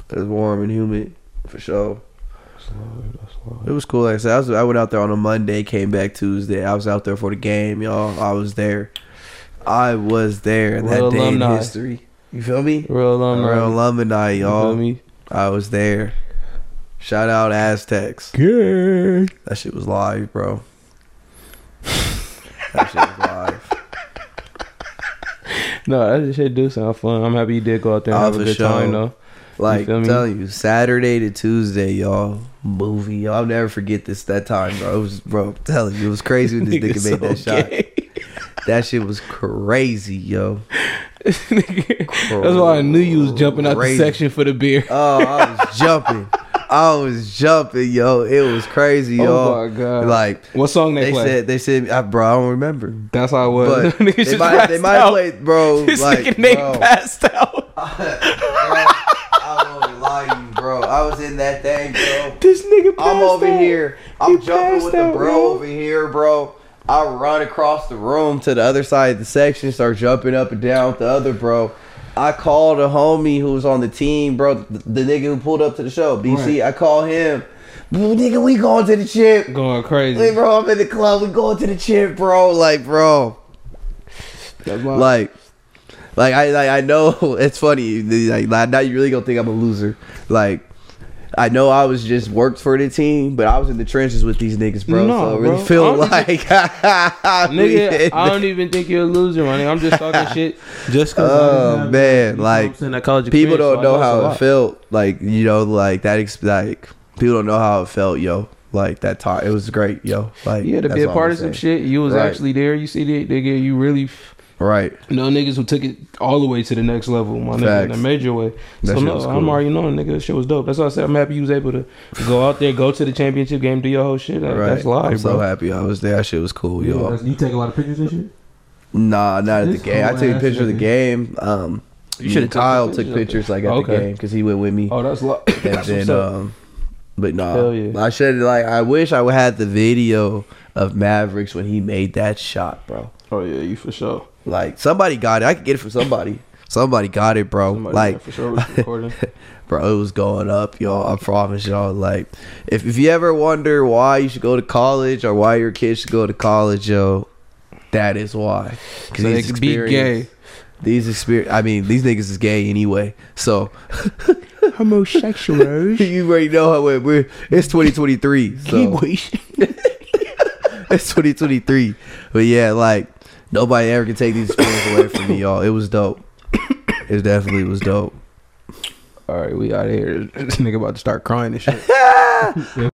Speaker 1: It was warm and humid for sure. It was cool. Like I said, I, was, I went out there on a Monday, came back Tuesday. I was out there for the game, y'all. I was there. I was there that
Speaker 2: Real
Speaker 1: day
Speaker 2: alumni.
Speaker 1: in history. You feel me?
Speaker 2: Real alumni.
Speaker 1: Around alumni,
Speaker 2: You feel
Speaker 1: y'all.
Speaker 2: me?
Speaker 1: I was there. Shout out Aztecs.
Speaker 2: Good.
Speaker 1: That shit was live, bro. that shit was live.
Speaker 2: No, that shit do sound fun. I'm happy you did go out there and
Speaker 1: Oh,
Speaker 2: have a
Speaker 1: for
Speaker 2: good
Speaker 1: sure.
Speaker 2: time, though.
Speaker 1: Like
Speaker 2: feel
Speaker 1: I'm
Speaker 2: me?
Speaker 1: telling you, Saturday to Tuesday, y'all. Movie. Y'all. I'll never forget this that time, bro. It was bro, I'm telling you, it was crazy when this nigga,
Speaker 2: Nigga's
Speaker 1: made that
Speaker 2: so
Speaker 1: shot.
Speaker 2: gay.
Speaker 1: That shit was crazy, yo.
Speaker 2: That's why I knew you was jumping out the
Speaker 1: Crazy.
Speaker 2: section for the beer.
Speaker 1: Oh, I was jumping. I was jumping, yo. It was crazy, yo.
Speaker 2: Oh my god!
Speaker 1: Like
Speaker 2: what song they,
Speaker 1: they
Speaker 2: play?
Speaker 1: said, they said, I, bro, I don't remember.
Speaker 2: That's how it was.
Speaker 1: But they
Speaker 2: Niggas just
Speaker 1: might, they
Speaker 2: passed
Speaker 1: might
Speaker 2: out.
Speaker 1: play, bro.
Speaker 2: This
Speaker 1: like,
Speaker 2: nigga Nate
Speaker 1: bro,
Speaker 2: passed out.
Speaker 1: I won't even lie to you, bro. I was in that thing, bro.
Speaker 2: This nigga passed
Speaker 1: I'm over
Speaker 2: out.
Speaker 1: here. I'm
Speaker 2: He
Speaker 1: jumping with
Speaker 2: passed
Speaker 1: the
Speaker 2: out,
Speaker 1: bro
Speaker 2: bro.
Speaker 1: over here, bro. I run across the room to the other side of the section, start jumping up and down with the other bro. I called a homie who was on the team, bro. The, the nigga who pulled up to the show, BC. I call him. "Bro, Nigga, we going to the chip.
Speaker 2: Going
Speaker 1: Hey,
Speaker 2: crazy.
Speaker 1: bro, I'm in the club. We going to the chip, bro. Like, bro, like. Like I, like I know it's funny. Like now you really gonna think I'm a loser. Like I know I was just worked for the team, but I was in the trenches with these niggas, bro.
Speaker 2: No,
Speaker 1: so I really
Speaker 2: bro.
Speaker 1: feel
Speaker 2: I don't
Speaker 1: like
Speaker 2: Nigga,
Speaker 1: nigga,
Speaker 2: I don't even think you're a loser, my nigga. I'm just talking shit. Just cause
Speaker 1: Oh, man, like,
Speaker 2: college
Speaker 1: people don't know how it
Speaker 2: feels.
Speaker 1: felt. Like you know, like that. Ex- like people don't know how it felt, yo. Like that time, it was great, yo. Like
Speaker 2: Yeah, to
Speaker 1: that's
Speaker 2: be a
Speaker 1: all I'm
Speaker 2: part of some
Speaker 1: saying.
Speaker 2: shit, you was
Speaker 1: Right.
Speaker 2: actually there. You see that nigga, you really
Speaker 1: right?
Speaker 2: know niggas who took it all the way to the next level, my nigga, in a
Speaker 1: Facts.
Speaker 2: major way.
Speaker 1: That
Speaker 2: so
Speaker 1: shit
Speaker 2: no,
Speaker 1: was
Speaker 2: I'm
Speaker 1: cool.
Speaker 2: already knowing, nigga. That shit was dope. That's why I said I'm happy you was able to go out there, go to the championship game, do your whole shit. Like,
Speaker 1: Right.
Speaker 2: That's live,
Speaker 1: I'm so
Speaker 2: bro.
Speaker 1: happy I was there. That shit was cool,
Speaker 2: Yeah,
Speaker 1: yo.
Speaker 2: that's- you take a lot of pictures and shit.
Speaker 1: Nah, not at the
Speaker 2: This
Speaker 1: game. I
Speaker 2: whole
Speaker 1: took a
Speaker 2: ass
Speaker 1: picture of the
Speaker 2: nigga.
Speaker 1: game. Um, You should have. Kyle took pictures like at
Speaker 2: Okay.
Speaker 1: the game because he went with me.
Speaker 2: Oh, that's lo-
Speaker 1: and
Speaker 2: that's
Speaker 1: then,
Speaker 2: what's up.
Speaker 1: um, but no,
Speaker 2: Hell yeah.
Speaker 1: I should like. I wish I would had the video of Mavericks when he made that shot, bro.
Speaker 3: Oh yeah, you for sure.
Speaker 1: Like somebody got it. I could get it from somebody. Somebody got it, bro.
Speaker 2: Somebody
Speaker 1: like
Speaker 2: there for sure was recording.
Speaker 1: bro, it was going up, y'all. I promise y'all. Like, if, if you ever wonder why you should go to college or why your kids should go to college, yo, that is why. Because
Speaker 2: So they could be gay.
Speaker 1: These experience. I mean, these niggas is gay anyway. So
Speaker 3: Homosexuals.
Speaker 1: you already know how we're. we're it's 2023. So it's 2023. But yeah, like nobody ever can take these experiences away from me, y'all. It was dope. It definitely was dope.
Speaker 2: All right, we out of here. This nigga about to start crying and shit.